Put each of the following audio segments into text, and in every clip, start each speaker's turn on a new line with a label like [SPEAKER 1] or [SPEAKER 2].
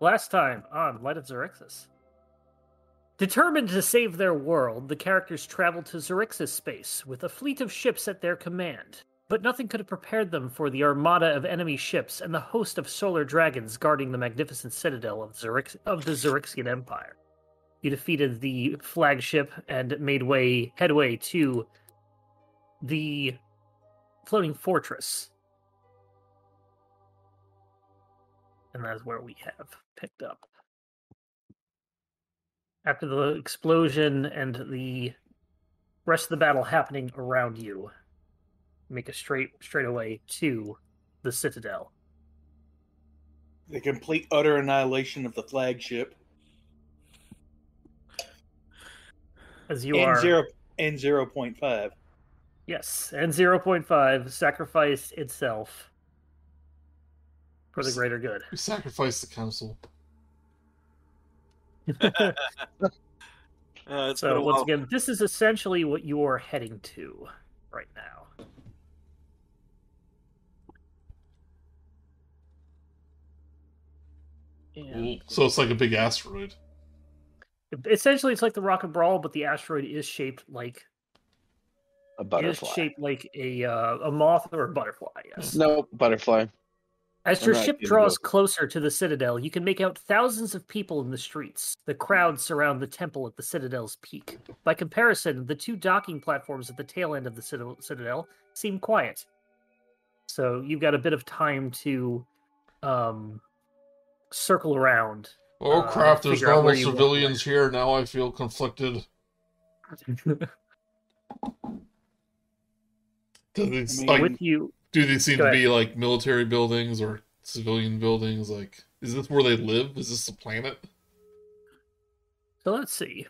[SPEAKER 1] Last time on Light of Xerixis. Determined to save their world, the characters traveled to Xerixis space with a fleet of ships at their command, but nothing could have prepared them for the armada of enemy ships and the host of solar dragons guarding the magnificent citadel of, Xerix- of the Xerixian Empire. You defeated the flagship and made way headway to the floating fortress. And that is where we have picked up. After the explosion and the rest of the battle happening around you, make a straight straight away to the citadel.
[SPEAKER 2] The complete utter annihilation of the flagship
[SPEAKER 1] As you
[SPEAKER 2] and
[SPEAKER 1] are
[SPEAKER 2] zero and zero point five.
[SPEAKER 1] yes, and zero point five sacrificed itself for the
[SPEAKER 3] S-
[SPEAKER 1] greater good.
[SPEAKER 3] We sacrificed the council.
[SPEAKER 4] Uh, it's been
[SPEAKER 1] So
[SPEAKER 4] a
[SPEAKER 1] once
[SPEAKER 4] while.
[SPEAKER 1] again, this is essentially what you are heading to right now. And
[SPEAKER 3] Cool. So it's like a big asteroid.
[SPEAKER 1] essentially, it's like the Rock and Brawl, but the asteroid is shaped like it
[SPEAKER 5] A
[SPEAKER 1] is
[SPEAKER 5] butterfly.
[SPEAKER 1] shaped like a uh, a moth or a butterfly. Yes.
[SPEAKER 5] No, butterfly.
[SPEAKER 1] As
[SPEAKER 5] I'm
[SPEAKER 1] your
[SPEAKER 5] not
[SPEAKER 1] ship
[SPEAKER 5] getting
[SPEAKER 1] draws
[SPEAKER 5] both.
[SPEAKER 1] closer to the citadel, you can make out thousands of people in the streets. The crowds surround the temple at the citadel's peak. By comparison, the two docking platforms at the tail end of the citadel, citadel seem quiet. So you've got a bit of time to um, circle around.
[SPEAKER 3] Oh
[SPEAKER 1] Uh,
[SPEAKER 3] crap, there's
[SPEAKER 1] figure out
[SPEAKER 3] normal
[SPEAKER 1] where you want-
[SPEAKER 3] civilians here. Now I feel conflicted. Do these,
[SPEAKER 2] mean,
[SPEAKER 3] like,
[SPEAKER 1] With you,
[SPEAKER 3] do these seem
[SPEAKER 1] go
[SPEAKER 3] to be like military buildings or civilian buildings? Like, is this where they live? Is this the planet?
[SPEAKER 1] So let's see.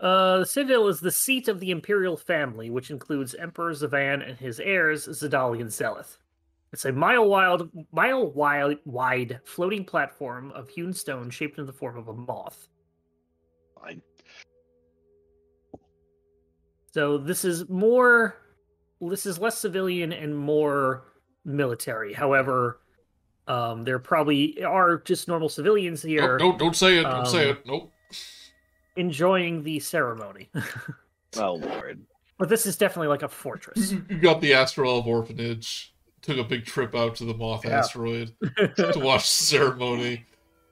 [SPEAKER 1] Uh, the Citadel is the seat of the Imperial family, which includes Emperor Zavan and his heirs, Zadali and Zeleth. It's a mile wide, mile wide, wide floating platform of hewn stone shaped in the form of a moth.
[SPEAKER 5] Fine.
[SPEAKER 1] So this is more, this is less civilian and more military. However, um, there probably are just normal civilians
[SPEAKER 3] Nope,
[SPEAKER 1] here
[SPEAKER 3] nope, don't say it. Don't say
[SPEAKER 1] um,
[SPEAKER 3] it. Nope.
[SPEAKER 1] enjoying the ceremony.
[SPEAKER 5] Oh lord.
[SPEAKER 1] But this is definitely like a fortress.
[SPEAKER 3] You, you got the Astrolab orphanage. Took a big trip out to the Moth
[SPEAKER 1] Yeah.
[SPEAKER 3] asteroid to watch the ceremony.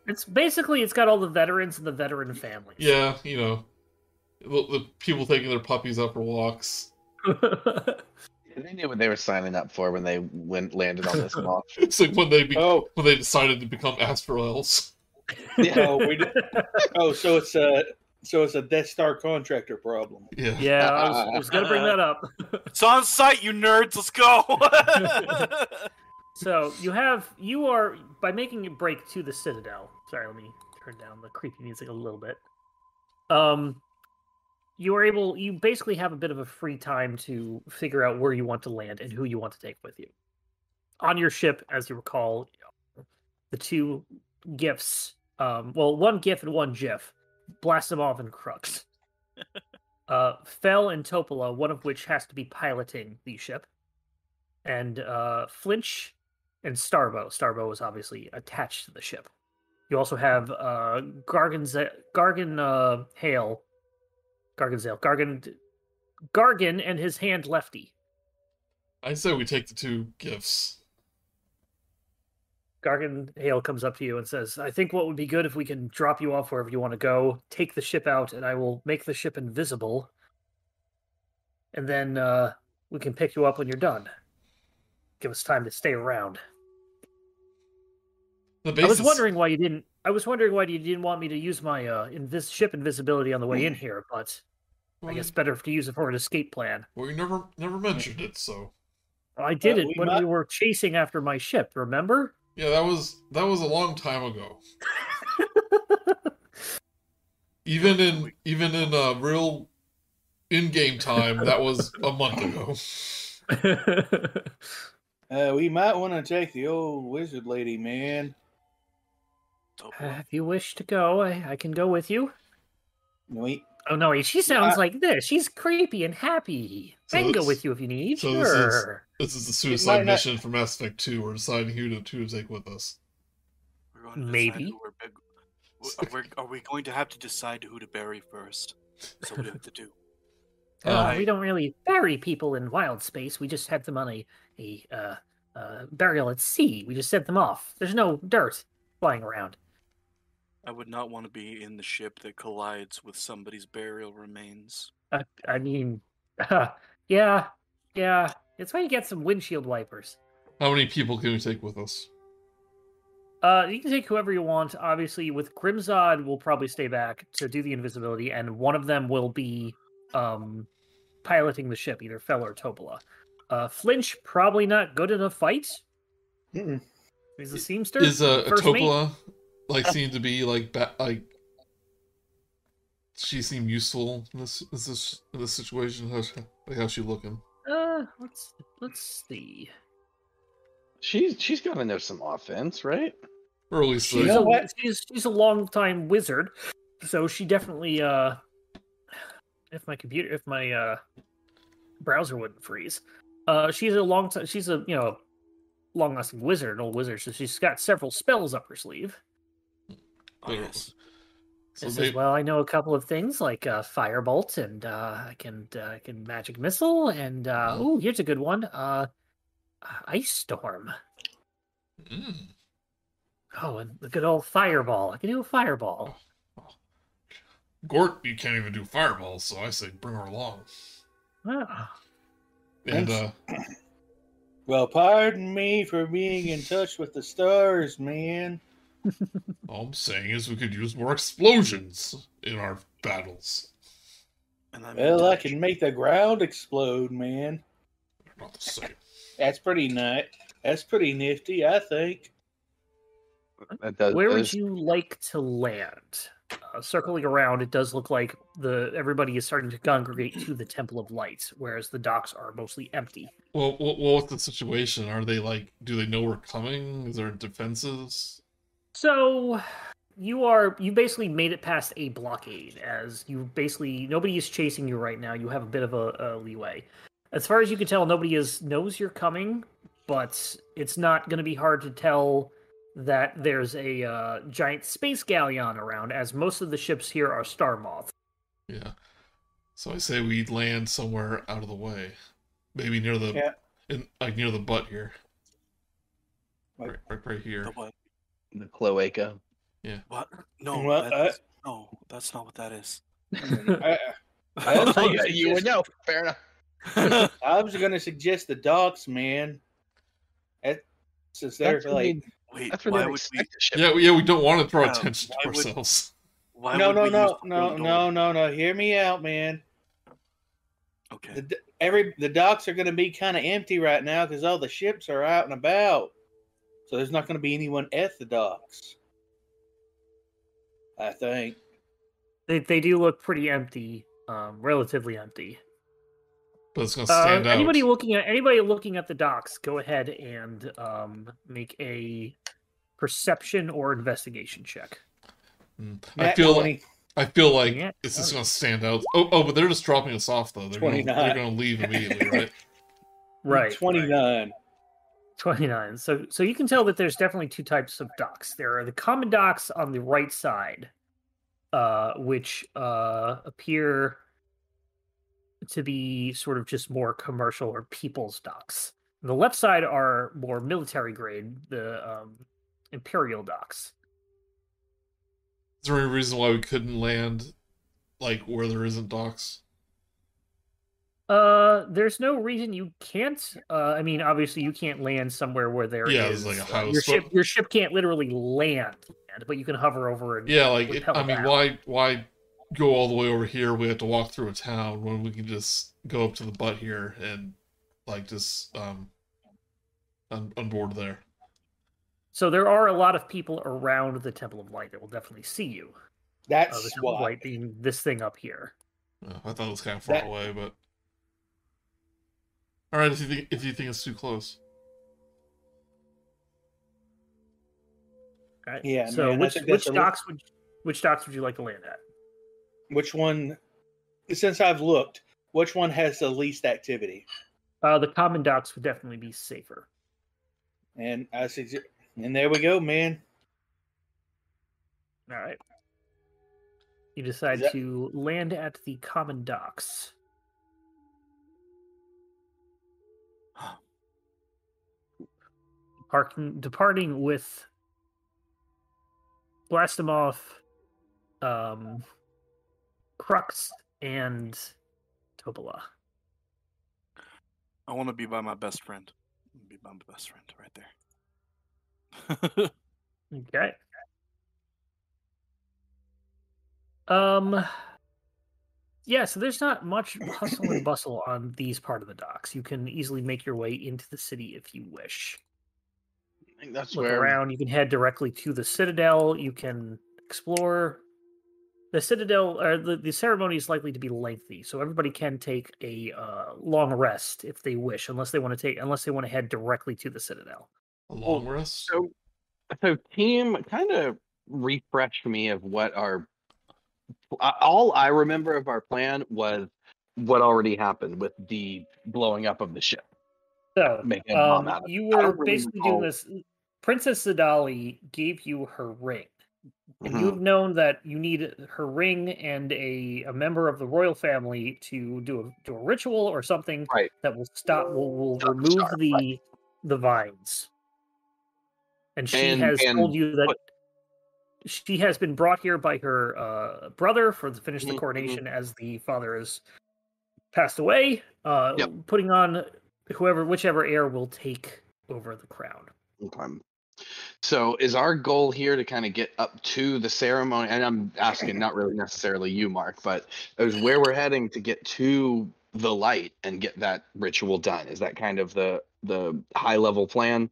[SPEAKER 1] it's basically it's got all the veterans and the veteran families.
[SPEAKER 3] Yeah, you know, the, the people taking their puppies out for walks.
[SPEAKER 5] They knew what they were signing up for when they went landed on this moth.
[SPEAKER 3] It's like when they be,
[SPEAKER 2] Oh,
[SPEAKER 3] when they decided to become Astroels.
[SPEAKER 5] Yeah.
[SPEAKER 2] oh, we did- oh, so it's a so it's a Death Star contractor problem.
[SPEAKER 3] Yeah.
[SPEAKER 1] yeah, I was, I was gonna bring that up.
[SPEAKER 4] It's on site, you nerds. Let's go.
[SPEAKER 1] So you have you are by making a break to the citadel. Sorry, let me turn down the creepy music a little bit. Um, you are able. You basically have a bit of a free time to figure out where you want to land and who you want to take with you. On your ship, as you recall, the two gifts. Um, well, one gif and one gif. Blastimov and Crux. uh, Fell and Topola, one of which has to be piloting the ship and uh, Flinch and Starbo. Starbo is obviously attached to the ship. You also have uh, Gargan's Gargan uh, Hale, Gargan's Hale, Gargan, Gargan and his hand Lefty.
[SPEAKER 3] I say we take the two gifts.
[SPEAKER 1] Gargan Hale comes up to you and says, "I think what would be good if we can drop you off wherever you want to go. Take the ship out, and I will make the ship invisible, and then uh, we can pick you up when you're done. Give us time to stay around."
[SPEAKER 3] The
[SPEAKER 1] I was
[SPEAKER 3] basis-
[SPEAKER 1] wondering why you didn't. I was wondering why you didn't want me to use my uh, invis- ship invisibility on the way in
[SPEAKER 3] Mm.
[SPEAKER 1] here, but I
[SPEAKER 3] Well,
[SPEAKER 1] guess better to use it for an escape plan.
[SPEAKER 3] well, you never never mentioned it, so
[SPEAKER 1] I did
[SPEAKER 2] Uh,
[SPEAKER 1] it
[SPEAKER 2] we
[SPEAKER 1] when
[SPEAKER 2] might-
[SPEAKER 1] we were chasing after my ship. Remember?
[SPEAKER 3] yeah, that was that was a long time ago. even in even in uh, real in game time, that was a month ago.
[SPEAKER 2] Uh, we might want to take the old wizard lady, man.
[SPEAKER 1] if you wish to go, I, I can go with you.
[SPEAKER 2] We,
[SPEAKER 1] Oh no, she sounds like this. She's creepy and happy.
[SPEAKER 3] So
[SPEAKER 1] I can go
[SPEAKER 3] this-
[SPEAKER 1] with you if you need.
[SPEAKER 3] so this is-
[SPEAKER 1] sure.
[SPEAKER 3] This is the suicide
[SPEAKER 2] not-
[SPEAKER 3] mission from Mass Effect Two. We're deciding who to, who to take with us.
[SPEAKER 4] We're going to decide
[SPEAKER 1] Maybe.
[SPEAKER 4] who we're big- Are we, are we going to have to decide who to bury first? So we have to do.
[SPEAKER 3] Oh,
[SPEAKER 1] Uh,
[SPEAKER 4] I-
[SPEAKER 1] we don't really bury people in wild space. We just have them on a, a uh, uh, burial at sea. We just set them off. There's no dirt flying around.
[SPEAKER 4] I would not want to be in the ship that collides with somebody's burial remains.
[SPEAKER 1] Uh, I mean, yeah, yeah. It's why you get some windshield wipers.
[SPEAKER 3] How many people can we take with us?
[SPEAKER 1] Uh, you can take whoever you want. Obviously, with Grimzod, we'll probably stay back to do the invisibility, and one of them will be um, piloting the ship, either Fell or Topola. Uh, Flinch probably not good in a fight.
[SPEAKER 2] Mm-mm.
[SPEAKER 1] He's a seamster.
[SPEAKER 3] Is uh, a
[SPEAKER 1] First mate?
[SPEAKER 3] Topola like seem to be like ba- like she seemed useful in this in this in this situation? How's like how's she looking?
[SPEAKER 1] Uh, let's let's see.
[SPEAKER 5] She's she's got to know some offense, right?
[SPEAKER 3] Or at least
[SPEAKER 1] She's
[SPEAKER 3] like,
[SPEAKER 2] know
[SPEAKER 1] a,
[SPEAKER 2] what?
[SPEAKER 1] she's she's a long time wizard, so she definitely uh, if my computer if my uh browser wouldn't freeze, uh, she's a long time she's a you know long lasting wizard, an old wizard, so she's got several spells up her sleeve.
[SPEAKER 4] Oh,
[SPEAKER 3] Yeah.
[SPEAKER 4] yes.
[SPEAKER 3] so
[SPEAKER 1] This is,
[SPEAKER 3] may-
[SPEAKER 1] well, I know a couple of things like uh, firebolt and uh, I can uh, I can magic missile and
[SPEAKER 2] Mm-hmm.
[SPEAKER 1] uh, oh here's a good one uh, ice storm.
[SPEAKER 3] Mm.
[SPEAKER 1] Oh, and the good old fireball. I can do a fireball.
[SPEAKER 3] Gort, you can't even do fireballs, so I say bring her along.
[SPEAKER 1] Ah,
[SPEAKER 3] And uh,
[SPEAKER 2] Well, pardon me for being in touch with the stars, man.
[SPEAKER 3] all I'm saying is we could use more explosions in our battles.
[SPEAKER 4] And I'm in
[SPEAKER 2] Well, I
[SPEAKER 4] touch.
[SPEAKER 2] can make the ground explode, man.
[SPEAKER 3] They're not the same.
[SPEAKER 2] That's pretty nice. That's pretty nifty, I think.
[SPEAKER 5] That does.
[SPEAKER 1] Where
[SPEAKER 5] that
[SPEAKER 1] would
[SPEAKER 5] is-
[SPEAKER 1] you like to land? Uh, circling around, it does look like the everybody is starting to congregate to the Temple of Light, whereas the docks are mostly empty.
[SPEAKER 3] Well, what, well, what's the situation? Are they like? Do they know we're coming? Is there defenses?
[SPEAKER 1] So you are you basically made it past a blockade as you basically nobody is chasing you right now. You have a bit of a, a leeway. As far as you can tell, nobody is knows you're coming, but it's not going to be hard to tell that there's a uh, giant space galleon around, as most of the ships here are star moths.
[SPEAKER 3] Yeah. So I say we land somewhere out of the way, maybe near the,
[SPEAKER 2] Yeah.
[SPEAKER 3] in, like near the butt here,
[SPEAKER 2] Like-
[SPEAKER 3] right, right, right here.
[SPEAKER 4] The what?
[SPEAKER 5] The cloaca.
[SPEAKER 4] What? No,
[SPEAKER 2] Well, uh,
[SPEAKER 4] that's, no, that's not what that is.
[SPEAKER 2] I, I was
[SPEAKER 5] Oh,
[SPEAKER 2] gonna
[SPEAKER 5] yeah, you would
[SPEAKER 2] suggest-
[SPEAKER 5] know. Fair enough.
[SPEAKER 2] I was going to suggest the docks, man. That, since they're
[SPEAKER 5] That's where
[SPEAKER 2] like,
[SPEAKER 5] they-
[SPEAKER 4] Wait,
[SPEAKER 5] that's where
[SPEAKER 4] why
[SPEAKER 5] they
[SPEAKER 4] would we?
[SPEAKER 5] expect the ship.
[SPEAKER 3] Yeah, we- yeah. We don't want to draw
[SPEAKER 4] Yeah,
[SPEAKER 3] attention to
[SPEAKER 4] why would-
[SPEAKER 3] ourselves.
[SPEAKER 4] Why
[SPEAKER 2] no,
[SPEAKER 4] would
[SPEAKER 2] no,
[SPEAKER 4] we
[SPEAKER 2] no,
[SPEAKER 4] use the
[SPEAKER 2] no,
[SPEAKER 4] window?
[SPEAKER 2] no, no, no. Hear me out, man. The,
[SPEAKER 4] Okay.
[SPEAKER 2] d- every the docks are going to be kind of empty right now because all the ships are out and about, so there's not going to be anyone at the docks. I think.
[SPEAKER 1] They they do look pretty empty, um, relatively empty.
[SPEAKER 3] But it's gonna
[SPEAKER 1] Uh,
[SPEAKER 3] stand out.
[SPEAKER 1] anybody looking at anybody looking at the docks, go ahead and um, make a perception or investigation check.
[SPEAKER 3] Mm. I
[SPEAKER 2] Nat
[SPEAKER 3] feel like
[SPEAKER 2] 20.
[SPEAKER 3] I feel like
[SPEAKER 1] Yeah,
[SPEAKER 3] it's just
[SPEAKER 1] totally.
[SPEAKER 3] gonna stand out. Oh, oh, but they're just dropping us off though. They're gonna,
[SPEAKER 2] 29.
[SPEAKER 3] they're gonna leave immediately, right?
[SPEAKER 1] Right,
[SPEAKER 2] twenty-nine.
[SPEAKER 1] twenty nine. So so you can tell that there's definitely two types of docks. There are the common docks on the right side, uh, which uh, appear to be sort of just more commercial or people's docks. The left side are more military grade, the um, imperial docks.
[SPEAKER 3] Is there any reason why we couldn't land like where there isn't docks?
[SPEAKER 1] Uh, there's no reason you can't. Uh, I mean, obviously you can't land somewhere where there is
[SPEAKER 3] Yeah, there's like a
[SPEAKER 1] uh,
[SPEAKER 3] house,
[SPEAKER 1] Your
[SPEAKER 3] but-
[SPEAKER 1] ship, your ship can't literally land, land, but you can hover over and
[SPEAKER 3] Yeah, like it,
[SPEAKER 1] Repel
[SPEAKER 3] I mean,
[SPEAKER 1] out.
[SPEAKER 3] why why go all the way over here? We have to walk through a town when we can just go up to the butt here and like just um on, on board there.
[SPEAKER 1] So there are a lot of people around the Temple of Light that will definitely see you. Uh, the
[SPEAKER 2] That's
[SPEAKER 1] Temple of
[SPEAKER 2] why.
[SPEAKER 1] Light being this thing up here.
[SPEAKER 3] Uh, I thought it was kind of far
[SPEAKER 2] That-
[SPEAKER 3] away, but all right. If you think if you think it's too close,
[SPEAKER 1] Right?
[SPEAKER 2] Yeah,
[SPEAKER 1] Uh, So
[SPEAKER 2] man, I
[SPEAKER 1] which
[SPEAKER 2] think
[SPEAKER 1] which
[SPEAKER 2] that's a lo-
[SPEAKER 1] docks would which docks would you like to land at?
[SPEAKER 2] Which one? Since I've looked, which one has the least activity?
[SPEAKER 1] Uh, the common docks would definitely be safer.
[SPEAKER 2] And I suggest. And there we go, man.
[SPEAKER 1] All right. You decide
[SPEAKER 2] that-
[SPEAKER 1] to land at the common docks. Parking, departing with Blastomoff, um, Crux, and Tobola.
[SPEAKER 4] I want to be by my best friend. Be by my best friend right there.
[SPEAKER 1] Okay. Um. Yeah, so there's not much hustle and bustle on these part of the docks. You can easily make your way into the city if you wish.
[SPEAKER 5] I think that's
[SPEAKER 1] Look
[SPEAKER 5] where
[SPEAKER 1] around. You can head directly to the citadel. You can explore. The citadel or the, the ceremony is likely to be lengthy, so everybody can take a uh, long rest if they wish, unless they want to take unless they want to head directly to the citadel.
[SPEAKER 3] A long rest.
[SPEAKER 5] So, so team, kind of refresh me of what our I- all I remember of our plan was what already happened with the blowing up of the ship.
[SPEAKER 1] So
[SPEAKER 5] Make a bomb
[SPEAKER 1] um,
[SPEAKER 5] out of it.
[SPEAKER 1] you
[SPEAKER 5] I
[SPEAKER 1] were
[SPEAKER 5] don't really
[SPEAKER 1] basically doing
[SPEAKER 5] recall.
[SPEAKER 1] this. Princess Sidali gave you her ring, and
[SPEAKER 5] Mhm.
[SPEAKER 1] you've known that you need her ring and a, a member of the royal family to do a, do a ritual or something
[SPEAKER 5] Right.
[SPEAKER 1] that will stop will, will
[SPEAKER 5] Stop the
[SPEAKER 1] remove
[SPEAKER 5] star,
[SPEAKER 1] the
[SPEAKER 5] right.
[SPEAKER 1] the vines. And she
[SPEAKER 5] And-
[SPEAKER 1] has
[SPEAKER 5] and
[SPEAKER 1] told you that
[SPEAKER 5] put-
[SPEAKER 1] she has been brought here by her uh, brother for the finish the
[SPEAKER 5] Mhm, mhm.
[SPEAKER 1] coronation as the father has passed away. Uh,
[SPEAKER 5] Yep.
[SPEAKER 1] Putting on whoever whichever heir will take over the crown.
[SPEAKER 5] Okay. So is our goal here to kind of get up to the ceremony? And I'm asking not really necessarily you, Mark, but is where we're heading to get to the light and get that ritual done. Is that kind of the the high level plan?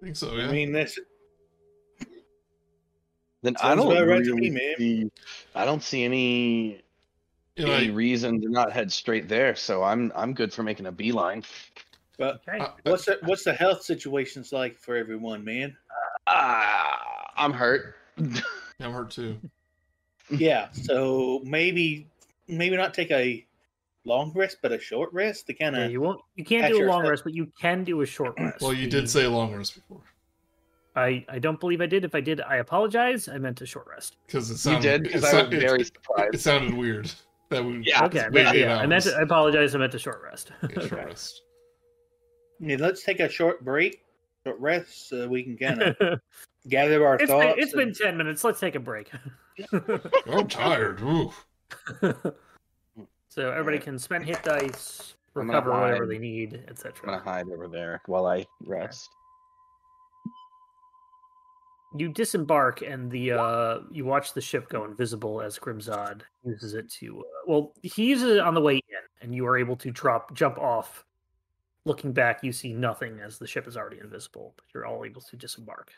[SPEAKER 3] I think so. Yeah.
[SPEAKER 2] I mean, that's
[SPEAKER 5] Then I
[SPEAKER 2] Sounds
[SPEAKER 5] don't
[SPEAKER 2] about right to me,
[SPEAKER 5] really
[SPEAKER 2] man.
[SPEAKER 5] see, I don't see any
[SPEAKER 3] You know,
[SPEAKER 5] any
[SPEAKER 3] I-
[SPEAKER 5] reason to not head straight there. So I'm I'm good for making a beeline.
[SPEAKER 2] but
[SPEAKER 1] Okay.
[SPEAKER 5] Uh,
[SPEAKER 3] I- I-
[SPEAKER 2] what's the, what's the health situations like for everyone, man?
[SPEAKER 5] Ah, I'm hurt.
[SPEAKER 3] I'm hurt too.
[SPEAKER 2] Yeah, so maybe maybe not take a long rest, but a short rest to kind
[SPEAKER 1] Yeah,
[SPEAKER 2] of
[SPEAKER 1] you won't. You can't
[SPEAKER 2] Catch
[SPEAKER 1] do a
[SPEAKER 2] your
[SPEAKER 1] long
[SPEAKER 2] step.
[SPEAKER 1] rest, but you can do a short rest.
[SPEAKER 3] Well, you
[SPEAKER 1] The-
[SPEAKER 3] did say long rest before
[SPEAKER 1] I. I don't believe I did. If I did, I apologize. I meant a short rest.
[SPEAKER 3] because it
[SPEAKER 5] you
[SPEAKER 3] sounded.
[SPEAKER 5] did because
[SPEAKER 3] it
[SPEAKER 5] I was
[SPEAKER 3] sound- it-
[SPEAKER 5] very
[SPEAKER 3] It
[SPEAKER 5] surprised.
[SPEAKER 3] sounded weird. That we
[SPEAKER 5] Ah, Yeah,
[SPEAKER 1] okay. I
[SPEAKER 3] wait
[SPEAKER 1] meant,
[SPEAKER 3] eight
[SPEAKER 1] yeah, I meant.
[SPEAKER 3] hours.
[SPEAKER 1] I apologize. I meant a short rest.
[SPEAKER 3] Yeah, short
[SPEAKER 1] Okay.
[SPEAKER 3] rest.
[SPEAKER 2] Yeah, let's take a short break, short rest, so we can kind of gather our
[SPEAKER 1] it's
[SPEAKER 2] thoughts.
[SPEAKER 1] been, it's been
[SPEAKER 2] and-
[SPEAKER 1] ten minutes. Let's take a break.
[SPEAKER 3] I'm tired. Ooh.
[SPEAKER 1] so everybody
[SPEAKER 5] Alright.
[SPEAKER 1] can spend hit dice,
[SPEAKER 5] I'm gonna
[SPEAKER 1] recover whatever
[SPEAKER 5] hide.
[SPEAKER 1] they need,
[SPEAKER 5] I'm gonna
[SPEAKER 1] etc.
[SPEAKER 5] hide over there while I rest.
[SPEAKER 1] You disembark, and the uh, you watch the ship go invisible as Grimzod uses it to. Uh, well, he uses it on the way in, and you are able to drop jump off. Looking back, you see nothing as the ship is already invisible, but you're all able to disembark.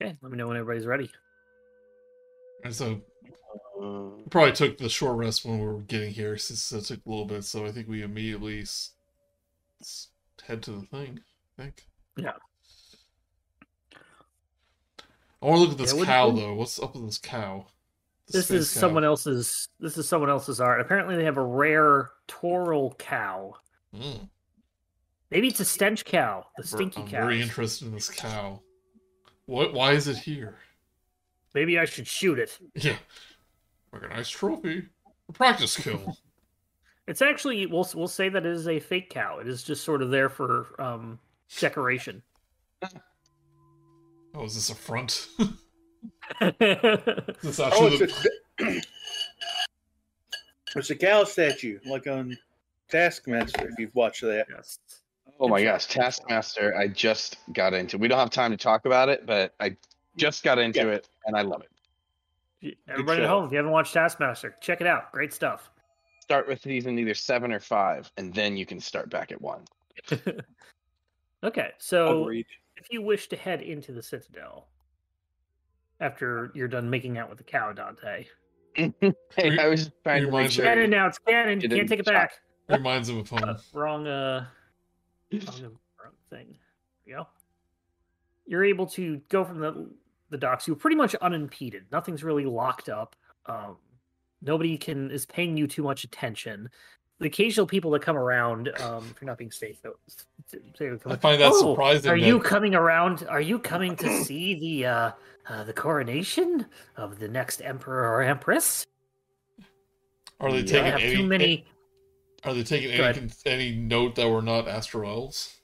[SPEAKER 1] Okay, let me know when everybody's ready.
[SPEAKER 3] And so
[SPEAKER 5] Uh,
[SPEAKER 3] we probably took the short rest when we were getting here since it took a little bit. So I think we immediately s- s- head to the thing. I think.
[SPEAKER 1] Yeah.
[SPEAKER 3] I want to look at this
[SPEAKER 1] Yeah, what-
[SPEAKER 3] cow
[SPEAKER 1] what-
[SPEAKER 3] though. What's up with this cow?
[SPEAKER 1] this
[SPEAKER 3] space
[SPEAKER 1] is
[SPEAKER 3] cow.
[SPEAKER 1] someone else's this is someone else's art apparently they have a rare taural cow
[SPEAKER 3] Mm.
[SPEAKER 1] maybe it's a stench cow the stinky
[SPEAKER 3] I'm
[SPEAKER 1] cow
[SPEAKER 3] very interested in this cow. What? Why is it here?
[SPEAKER 1] maybe i should shoot it
[SPEAKER 3] Yeah. Like a nice trophy. A practice kill.
[SPEAKER 1] it's actually we'll we'll say that it is a fake cow it is just sort of there for um decoration
[SPEAKER 3] oh, is this a front?
[SPEAKER 1] yeah
[SPEAKER 3] this
[SPEAKER 2] Oh,
[SPEAKER 3] actually
[SPEAKER 2] it's a, it's a cow statue, like on Taskmaster. If you've watched that,
[SPEAKER 1] Yes.
[SPEAKER 5] oh my
[SPEAKER 1] Good
[SPEAKER 5] gosh, Taskmaster! I just got into. We don't have time to talk about it, but I just got into
[SPEAKER 2] Yeah.
[SPEAKER 5] it, and I love it.
[SPEAKER 1] everybody at
[SPEAKER 2] show.
[SPEAKER 1] home if you haven't watched taskmaster check it out great stuff
[SPEAKER 5] Start with season either seven or five, and then you can start back at one.
[SPEAKER 1] okay so
[SPEAKER 4] Agreed.
[SPEAKER 1] if you wish to head into the citadel after you're done making out with the cow dante
[SPEAKER 5] hey, I was trying to make
[SPEAKER 3] reminds me-
[SPEAKER 5] sure.
[SPEAKER 1] Cannon now, it's Cannon.
[SPEAKER 5] You
[SPEAKER 1] You can't
[SPEAKER 5] didn't
[SPEAKER 1] take it
[SPEAKER 5] stop.
[SPEAKER 1] back.
[SPEAKER 3] reminds him of
[SPEAKER 1] Uh,
[SPEAKER 3] home.
[SPEAKER 1] wrong, uh, wrong, wrong thing. There you go. You're able to go from the the docks. You're pretty much unimpeded. Nothing's really locked up. Um, nobody can is paying you too much attention. The occasional people that come around, um, if you're not being safe, though, s- s- they would come
[SPEAKER 3] I
[SPEAKER 1] up,
[SPEAKER 3] find that
[SPEAKER 1] "Oh,
[SPEAKER 3] surprising.
[SPEAKER 1] Are you
[SPEAKER 3] that-
[SPEAKER 1] coming around? Are you coming to see the uh, uh, the coronation of the next emperor or empress?
[SPEAKER 3] are they
[SPEAKER 1] I
[SPEAKER 3] taking
[SPEAKER 1] have
[SPEAKER 3] any,
[SPEAKER 1] too many.
[SPEAKER 3] Are they taking
[SPEAKER 1] Go
[SPEAKER 3] any,
[SPEAKER 1] ahead.
[SPEAKER 3] con- any note that we're not Astroels?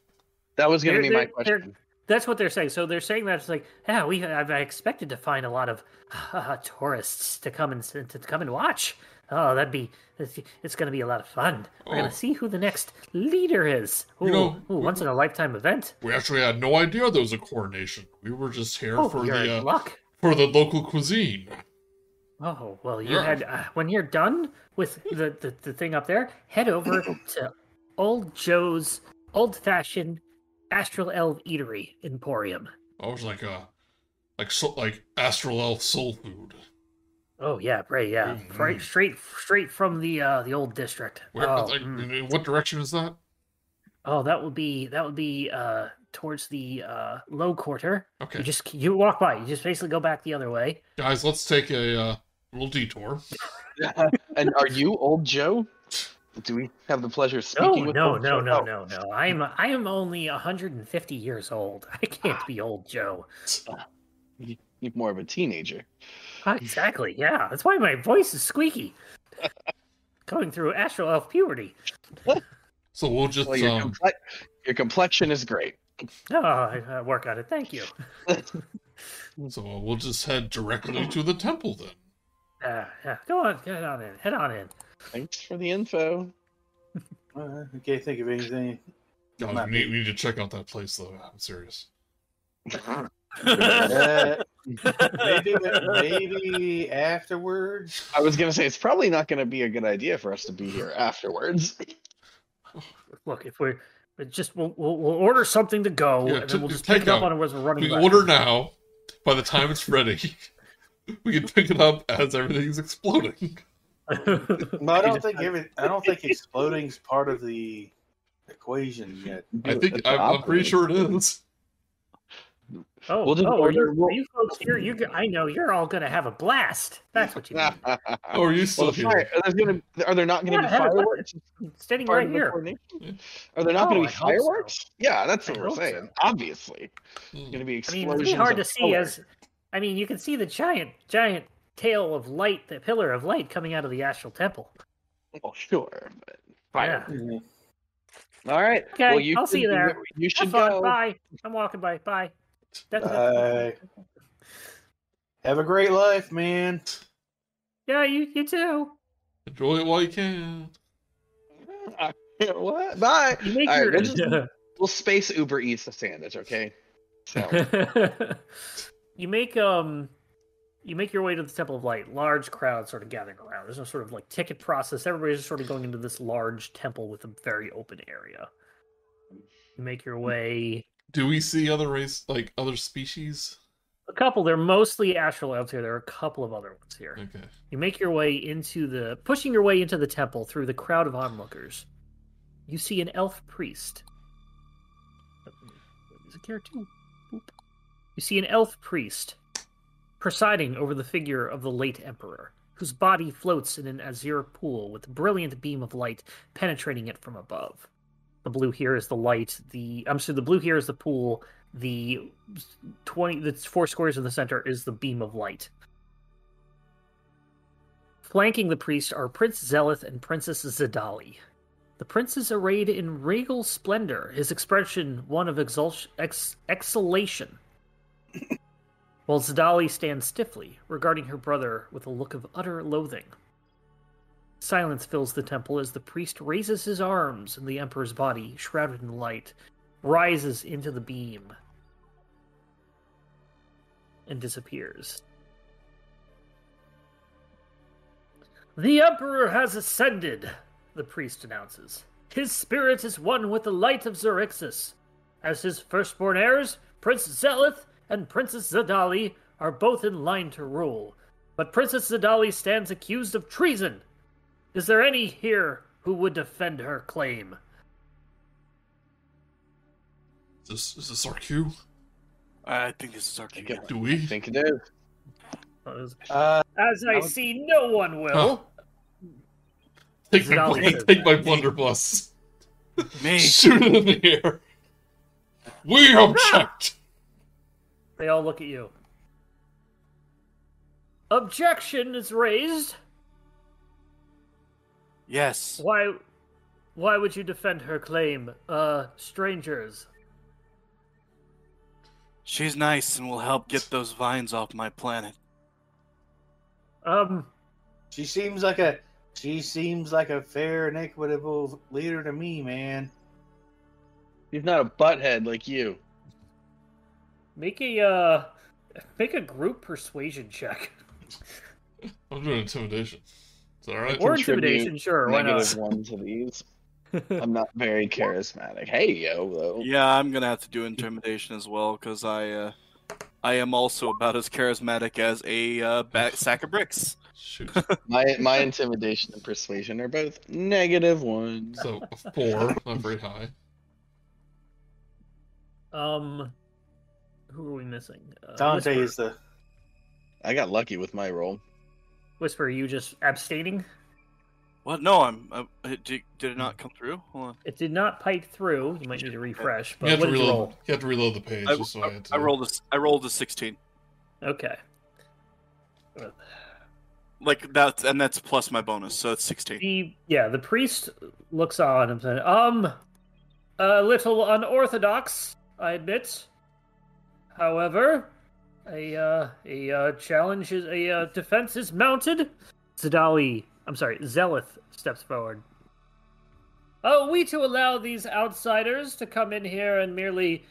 [SPEAKER 5] That was going to
[SPEAKER 1] They're-
[SPEAKER 5] be my
[SPEAKER 1] they're- they're-
[SPEAKER 5] question.
[SPEAKER 1] That's what they're saying. So they're saying that it's like, yeah, we I've, I expected to find a lot of uh, tourists to come and s- to come and watch. Oh, that'd be it's, it's going to be a lot of fun. We're
[SPEAKER 3] Oh.
[SPEAKER 1] going to see who the next leader is. Ooh,
[SPEAKER 3] You know,
[SPEAKER 1] ooh,
[SPEAKER 3] we-
[SPEAKER 1] once in a lifetime event.
[SPEAKER 3] We actually had no idea there was a coronation. We were just here
[SPEAKER 1] Oh,
[SPEAKER 3] for
[SPEAKER 1] you're in
[SPEAKER 3] the uh,
[SPEAKER 1] luck.
[SPEAKER 3] for the local cuisine.
[SPEAKER 1] Oh well, you
[SPEAKER 3] Yeah.
[SPEAKER 1] had uh, when you're done with the, the the thing up there, head over to Old Joe's Old Fashioned Astral Elf Eatery Emporium.
[SPEAKER 3] I was like uh like so, like astral elf soul food.
[SPEAKER 1] Oh yeah, right, yeah,
[SPEAKER 3] Mm,
[SPEAKER 1] right,
[SPEAKER 3] mm.
[SPEAKER 1] straight straight from the uh the old district.
[SPEAKER 3] Where,
[SPEAKER 1] oh,
[SPEAKER 3] like,
[SPEAKER 1] mm.
[SPEAKER 3] in what direction is that?
[SPEAKER 1] oh, that would be that would be uh towards the uh low quarter.
[SPEAKER 3] Okay,
[SPEAKER 1] You just you walk by, you just basically go back the other way.
[SPEAKER 3] guys, let's take a uh, little detour.
[SPEAKER 5] and are you old Joe? Do we have the pleasure of
[SPEAKER 1] No,
[SPEAKER 5] speaking Oh, with
[SPEAKER 1] no,
[SPEAKER 5] old
[SPEAKER 1] no, no,
[SPEAKER 5] Joe? Oh,
[SPEAKER 1] no, no. I am I am only 150 years old. I can't be old Joe.
[SPEAKER 5] You're more of a teenager.
[SPEAKER 1] Ah, Exactly. Yeah, that's why my voice is squeaky. Going through astral elf puberty.
[SPEAKER 3] So we'll just
[SPEAKER 5] Well, your,
[SPEAKER 3] um,
[SPEAKER 5] comple- your complexion is great.
[SPEAKER 1] Oh, I, I work on it. Thank you.
[SPEAKER 3] so uh, we'll just head directly to the temple then.
[SPEAKER 1] Uh, yeah, go on, head on in. Head on in.
[SPEAKER 5] Thanks for the info.
[SPEAKER 2] Uh, I can't think of anything.
[SPEAKER 3] Oh,
[SPEAKER 2] Might
[SPEAKER 3] we, need, we need to check out that place though. I'm serious.
[SPEAKER 5] Uh,
[SPEAKER 2] Maybe, maybe afterwards.
[SPEAKER 5] I was gonna say it's probably not gonna be a good idea for us to be here afterwards.
[SPEAKER 1] Look, if we're but just we'll, we'll, we'll order something to go,
[SPEAKER 3] Yeah,
[SPEAKER 1] and
[SPEAKER 3] t-
[SPEAKER 1] then we'll just
[SPEAKER 3] take
[SPEAKER 1] pick it up
[SPEAKER 3] out.
[SPEAKER 1] on it as we're running.
[SPEAKER 3] We
[SPEAKER 1] left.
[SPEAKER 3] order now. By the time it's ready, we can pick it up as everything's exploding.
[SPEAKER 2] No, I don't think every, I don't think exploding's part of the equation yet.
[SPEAKER 3] I
[SPEAKER 5] Dude,
[SPEAKER 3] think
[SPEAKER 5] it's
[SPEAKER 3] I'm, I'm pretty
[SPEAKER 5] operating.
[SPEAKER 3] sure it is.
[SPEAKER 1] oh,
[SPEAKER 5] We'll just
[SPEAKER 1] oh, are,
[SPEAKER 5] order-
[SPEAKER 1] you,
[SPEAKER 5] we'll-
[SPEAKER 1] are you folks here? You, g- I know you're all gonna have a blast. That's what you mean.
[SPEAKER 3] Oh, are you still
[SPEAKER 5] well, the
[SPEAKER 3] here?
[SPEAKER 5] fire, there's gonna, are there not gonna
[SPEAKER 1] Yeah,
[SPEAKER 5] be
[SPEAKER 1] hell, what-
[SPEAKER 5] fireworks? as
[SPEAKER 1] Standing
[SPEAKER 5] part
[SPEAKER 1] right
[SPEAKER 5] of the
[SPEAKER 1] here.
[SPEAKER 5] coordination? Are there
[SPEAKER 1] Oh,
[SPEAKER 5] not gonna be
[SPEAKER 1] I hope so.
[SPEAKER 5] fireworks? Yeah, that's what
[SPEAKER 1] I
[SPEAKER 5] we're
[SPEAKER 1] hope
[SPEAKER 5] saying.
[SPEAKER 1] so.
[SPEAKER 5] Obviously,
[SPEAKER 3] Hmm.
[SPEAKER 5] gonna be
[SPEAKER 1] I
[SPEAKER 5] explosions.
[SPEAKER 1] mean, it's really hard to
[SPEAKER 5] of
[SPEAKER 1] see
[SPEAKER 5] color.
[SPEAKER 1] as. I mean, you can see the giant, giant tail of light, the pillar of light coming out of the astral temple.
[SPEAKER 5] Well, sure. But
[SPEAKER 1] Yeah.
[SPEAKER 5] fire. All right.
[SPEAKER 1] Okay,
[SPEAKER 5] well, you
[SPEAKER 1] I'll see
[SPEAKER 5] should-
[SPEAKER 1] you there.
[SPEAKER 5] You
[SPEAKER 1] Have
[SPEAKER 5] should
[SPEAKER 1] fun.
[SPEAKER 5] go.
[SPEAKER 1] Bye. I'm walking by. Bye. That's,
[SPEAKER 2] Bye. Uh, Have a great life, man.
[SPEAKER 1] yeah, you, you too.
[SPEAKER 3] Enjoy it while you can.
[SPEAKER 5] what? Bye.
[SPEAKER 1] You make
[SPEAKER 5] All right,
[SPEAKER 1] your.
[SPEAKER 5] let's We'll space Uber Eats the sandwich, okay? So.
[SPEAKER 1] you make um, you make your way to the Temple of Light. Large crowds sort of gathering around. There's no sort of like ticket process. Everybody's just sort of going into this large temple with a very open area. You make your way.
[SPEAKER 3] Do we see other race, like other species?
[SPEAKER 1] A couple. They're mostly astral elves here. There are a couple of other ones here.
[SPEAKER 3] Okay.
[SPEAKER 1] You make your way into the pushing your way into the temple through the crowd of onlookers. You see an elf priest. Is it here too? Boop. You see an elf priest presiding over the figure of the late emperor, whose body floats in an azure pool with a brilliant beam of light penetrating it from above. The blue here is the light. The I'm sorry, the blue here is the pool. The twenty, the four squares in the center is the beam of light. Flanking the priest are Prince Zelith and Princess Zidali. The prince is arrayed in regal splendor, his expression one of exul- ex- exhalation, while Zidali stands stiffly, regarding her brother with a look of utter loathing. Silence fills the temple as the priest raises his arms, and the emperor's body, shrouded in light, rises into the beam and disappears. The Emperor has ascended, the priest announces. His spirit is one with the light of Xerixis. As his firstborn heirs, Prince Zelith and Princess Zadali are both in line to rule. But Princess Zadali stands accused of treason. Is there any here who would defend her claim?
[SPEAKER 3] Is this, is this our cue?
[SPEAKER 4] I think this is our cue.
[SPEAKER 5] Okay.
[SPEAKER 3] Do we?
[SPEAKER 5] Think it is.
[SPEAKER 2] Uh,
[SPEAKER 1] As I
[SPEAKER 2] Alex-
[SPEAKER 1] see, no one will.
[SPEAKER 3] Huh? Take my,
[SPEAKER 1] Dolly
[SPEAKER 3] bl-
[SPEAKER 1] says
[SPEAKER 3] take my
[SPEAKER 4] that.
[SPEAKER 3] blunderbuss.
[SPEAKER 4] Me.
[SPEAKER 3] Shoot it in the air. We object.
[SPEAKER 1] They all look at you. Objection is raised.
[SPEAKER 4] Yes.
[SPEAKER 1] Why why would you defend her claim? Uh strangers.
[SPEAKER 4] She's nice and will help get those vines off my planet.
[SPEAKER 1] Um
[SPEAKER 2] she seems like a she seems like a fair and equitable leader to me, man.
[SPEAKER 5] He's not a butthead like you.
[SPEAKER 1] make a uh make a group persuasion check.
[SPEAKER 3] I'm doing intimidation. It's all right.
[SPEAKER 1] Or
[SPEAKER 5] Contribute
[SPEAKER 1] intimidation, sure, why
[SPEAKER 5] Negative
[SPEAKER 1] not?
[SPEAKER 5] one to these. I'm not very charismatic. Hey yo though.
[SPEAKER 4] Yeah, I'm gonna have to do intimidation as well because I, uh, I am also about as charismatic as a uh, ba- sack of bricks.
[SPEAKER 3] Shoot.
[SPEAKER 5] My my intimidation and persuasion are both negative ones.
[SPEAKER 3] So a four, not very high.
[SPEAKER 1] Um who are we missing? Uh,
[SPEAKER 2] Dante
[SPEAKER 1] Whisper.
[SPEAKER 2] is the
[SPEAKER 5] I got lucky with my roll.
[SPEAKER 1] Whisper, are you just abstaining?
[SPEAKER 4] What? No, I'm. Uh, did, did it not come through? Hold on.
[SPEAKER 1] It did not pipe through. You might need to refresh,
[SPEAKER 3] You
[SPEAKER 1] but
[SPEAKER 3] have
[SPEAKER 1] what
[SPEAKER 3] to
[SPEAKER 1] did you
[SPEAKER 3] reload.
[SPEAKER 1] roll?
[SPEAKER 3] You have to reload the page.
[SPEAKER 4] I,
[SPEAKER 3] just so I, had to.
[SPEAKER 4] I rolled a, s- I rolled a 16.
[SPEAKER 1] Okay.
[SPEAKER 4] Like that's and that's plus my bonus, so it's 16.
[SPEAKER 1] The yeah, the priest looks on and says, "Um, a little unorthodox, I admit. However, a uh, a uh, challenge is a uh, defense is mounted." Zadali, I'm sorry, Zelith steps forward. Are we to allow these outsiders to come in here and merely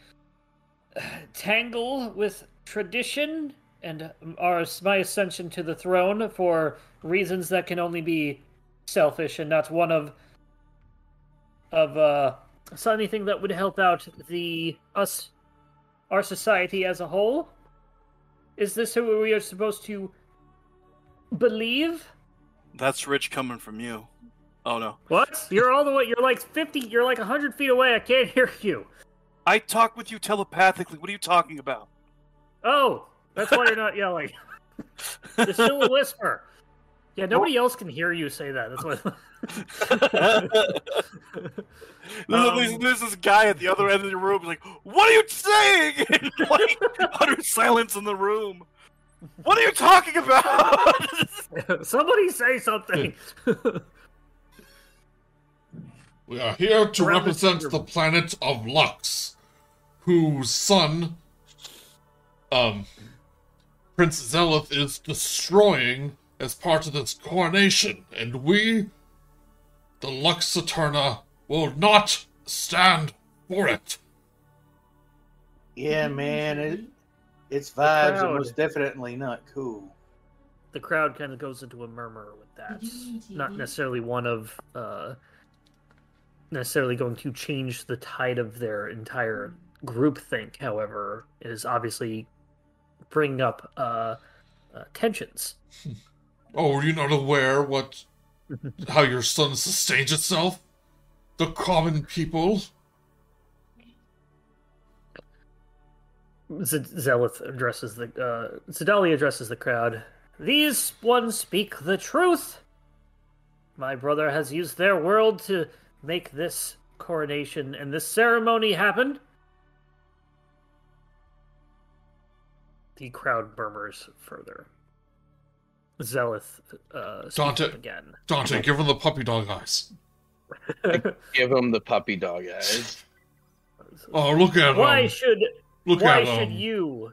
[SPEAKER 1] uh, tangle with tradition and our my ascension to the throne for reasons that can only be selfish and not one of of uh so anything that would help out the us our society as a whole is this who we are supposed to believe
[SPEAKER 4] That's rich coming from you. Oh no.
[SPEAKER 1] what you're all the way you're like 50 you're like 100 feet away i can't hear you
[SPEAKER 4] I talk with you telepathically. What are you talking about?
[SPEAKER 1] oh that's why you're not yelling there's still a whisper yeah nobody else can hear you say that that's why
[SPEAKER 4] there's,
[SPEAKER 1] Um,
[SPEAKER 4] there's this guy at the other end of the room, like, "What are you saying?" And, like, utter silence in the room. What are you talking about?
[SPEAKER 1] somebody say something
[SPEAKER 3] We are here to
[SPEAKER 1] Around the
[SPEAKER 3] represent
[SPEAKER 1] finger.
[SPEAKER 3] the planet of Lux, whose son, um, Prince Zelith is destroying as part of this coronation, and we, the Lux Eterna, will not stand for it.
[SPEAKER 2] yeah, man. It, its vibes are
[SPEAKER 1] crowd.
[SPEAKER 2] most definitely not cool.
[SPEAKER 1] the crowd kind of goes into a murmur with that. Not necessarily one of uh, necessarily going to change the tide of their entire group think. However, it is obviously bringing up uh, uh, tensions.
[SPEAKER 3] Oh, are you not aware what, how your son sustains itself? The common people.
[SPEAKER 1] Z- Zelith addresses the uh, Zidali addresses the crowd. These ones speak the truth. My brother has used their world to make this coronation and this ceremony happen. The crowd murmurs further. Zelith uh, speaks
[SPEAKER 3] Dante-
[SPEAKER 1] up again.
[SPEAKER 3] Dante, give him the puppy dog eyes.
[SPEAKER 5] Give him the puppy dog eyes.
[SPEAKER 3] Oh, look at
[SPEAKER 1] why
[SPEAKER 3] him.
[SPEAKER 1] should
[SPEAKER 3] Look um,
[SPEAKER 1] why
[SPEAKER 3] at
[SPEAKER 1] should
[SPEAKER 3] him.
[SPEAKER 1] you?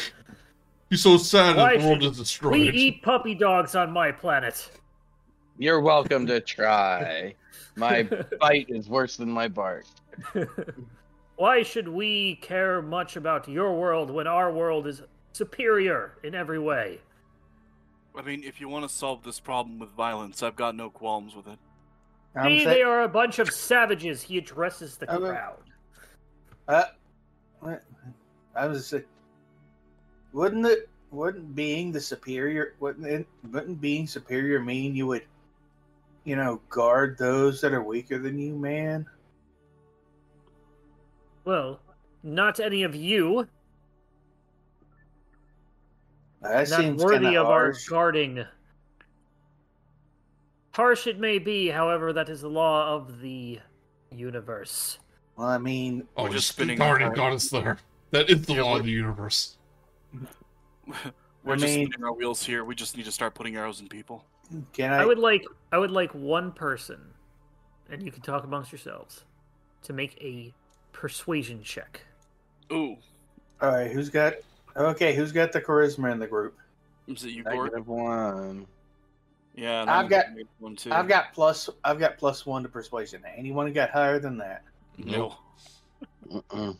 [SPEAKER 3] He's so sad
[SPEAKER 1] Why
[SPEAKER 3] that the world
[SPEAKER 1] should
[SPEAKER 3] is
[SPEAKER 1] we
[SPEAKER 3] destroyed.
[SPEAKER 1] eat puppy dogs on my planet.
[SPEAKER 5] You're welcome to try. My bite is worse than my bark.
[SPEAKER 1] Why should we care much about your world when our world is superior in every way?
[SPEAKER 4] I mean, if you want to solve this problem with violence, I've got no qualms with it.
[SPEAKER 2] I'm
[SPEAKER 1] See,
[SPEAKER 2] sa-
[SPEAKER 1] they are a bunch of savages. He addresses the
[SPEAKER 2] Okay.
[SPEAKER 1] crowd.
[SPEAKER 2] Uh, what- I was say, wouldn't it? Wouldn't being the superior? Wouldn't it? Wouldn't being superior mean you would, you know, guard those that are weaker than you, man?
[SPEAKER 1] Well, not any of you.
[SPEAKER 2] That
[SPEAKER 1] not
[SPEAKER 2] seems
[SPEAKER 1] worthy
[SPEAKER 2] kinda
[SPEAKER 1] of
[SPEAKER 2] harsh.
[SPEAKER 1] our guarding. Harsh it may be, however, that is the law of the universe.
[SPEAKER 2] Well, I mean,
[SPEAKER 3] Oh,
[SPEAKER 4] just
[SPEAKER 3] just
[SPEAKER 4] spinning
[SPEAKER 3] guarding
[SPEAKER 4] our-
[SPEAKER 3] got us there. That is the
[SPEAKER 4] Yeah,
[SPEAKER 3] law of
[SPEAKER 4] we're-
[SPEAKER 3] the universe.
[SPEAKER 4] We're
[SPEAKER 2] I
[SPEAKER 4] just
[SPEAKER 2] mean-
[SPEAKER 4] spinning our wheels here. We just need to start putting arrows in people.
[SPEAKER 2] can
[SPEAKER 1] I
[SPEAKER 2] I?
[SPEAKER 1] would like I would like one person, and you can talk amongst yourselves, to make a persuasion check.
[SPEAKER 4] Ooh,
[SPEAKER 2] All right, who's got? Okay, who's got the charisma in the group?
[SPEAKER 4] is it you, Gord?
[SPEAKER 5] Negative one.
[SPEAKER 4] Yeah, and
[SPEAKER 2] I've
[SPEAKER 4] I'm
[SPEAKER 2] got-
[SPEAKER 4] gonna make one too.
[SPEAKER 2] I've got plus. I've got plus one to persuasion. Anyone got higher than that?
[SPEAKER 4] no.
[SPEAKER 5] Mm-mm.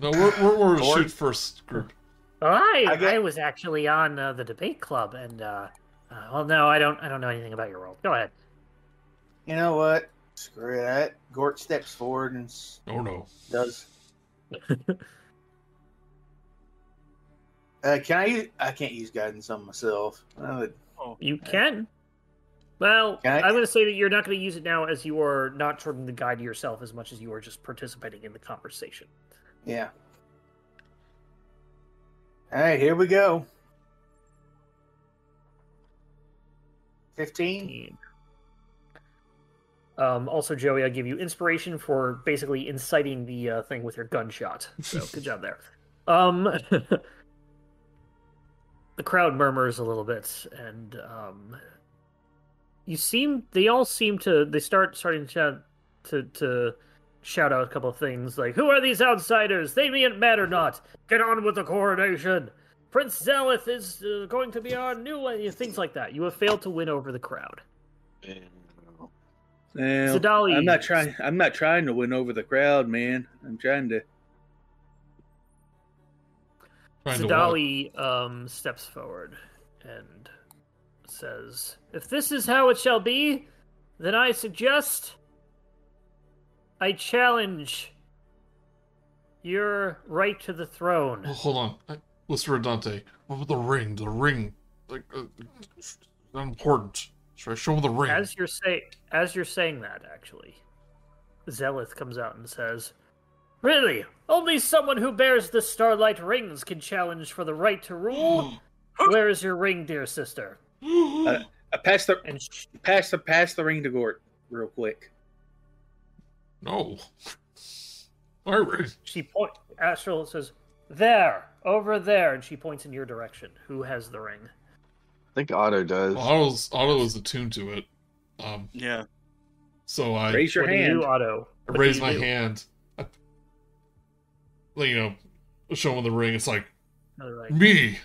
[SPEAKER 3] No, we're we're, we're a
[SPEAKER 2] Or-
[SPEAKER 3] shoot first group.
[SPEAKER 1] Oh, I I,
[SPEAKER 2] I get-
[SPEAKER 1] was actually on uh, the debate club, and uh, uh, well, no, I don't I don't know anything about your role. Go ahead.
[SPEAKER 2] You know what? Screw that. Gort steps forward and s-
[SPEAKER 3] Oh no.
[SPEAKER 2] does. uh, can I? Use, I can't use guidance on myself. I would-
[SPEAKER 1] You can. Well,
[SPEAKER 2] Can I-
[SPEAKER 1] I'm going to say that you're not going to use it now, as you are not turning the guide to yourself as much as you are just participating in the conversation.
[SPEAKER 2] yeah. All right, here we go. Fifteen.
[SPEAKER 1] Um, also, Joey, I give you inspiration for basically inciting the uh, thing with your gunshot. So good job there. Um, the crowd murmurs a little bit, and um, you seem they all seem to they start starting to shout to to shout out a couple of things like "Who are these outsiders? They mean matter not. Get on with the coronation." Prince Zealeth is uh, going to be our new one. Things like that. You have failed to win over the crowd.
[SPEAKER 2] Well,
[SPEAKER 1] Zadali-
[SPEAKER 2] I'm not trying. I'm not trying to win over the crowd, man. I'm trying to.
[SPEAKER 3] Trying to walk.
[SPEAKER 1] Sadali um, steps forward and says, If this is how it shall be, then I suggest I challenge your right to the throne.
[SPEAKER 3] Oh, hold on. I- Lister and Dante. What about the ring? The ring. Like, uh, it's not important. Should I show him the ring?
[SPEAKER 1] As you're say as you're saying that, actually, Zealith comes out and says, "Really, only someone who bears the starlight rings can challenge for the right to rule. Where is your ring, dear sister?"
[SPEAKER 2] I uh, pass the
[SPEAKER 1] And sh-
[SPEAKER 2] pass the pass the ring to Gort real quick.
[SPEAKER 3] No. My ring.
[SPEAKER 1] she point Astral says, "There, over there," and she points in your direction. Who has the ring?
[SPEAKER 5] I think Otto does.
[SPEAKER 3] Otto's, Otto is attuned to it. Um,
[SPEAKER 4] Yeah.
[SPEAKER 3] so I,
[SPEAKER 2] Raise your
[SPEAKER 1] what
[SPEAKER 2] hand.
[SPEAKER 1] Do you, Otto?
[SPEAKER 3] I
[SPEAKER 1] What do
[SPEAKER 3] raise
[SPEAKER 1] you
[SPEAKER 3] my
[SPEAKER 1] do?
[SPEAKER 3] hand. I, like, you know, show him the ring. It's like,
[SPEAKER 1] Another ring.
[SPEAKER 3] me,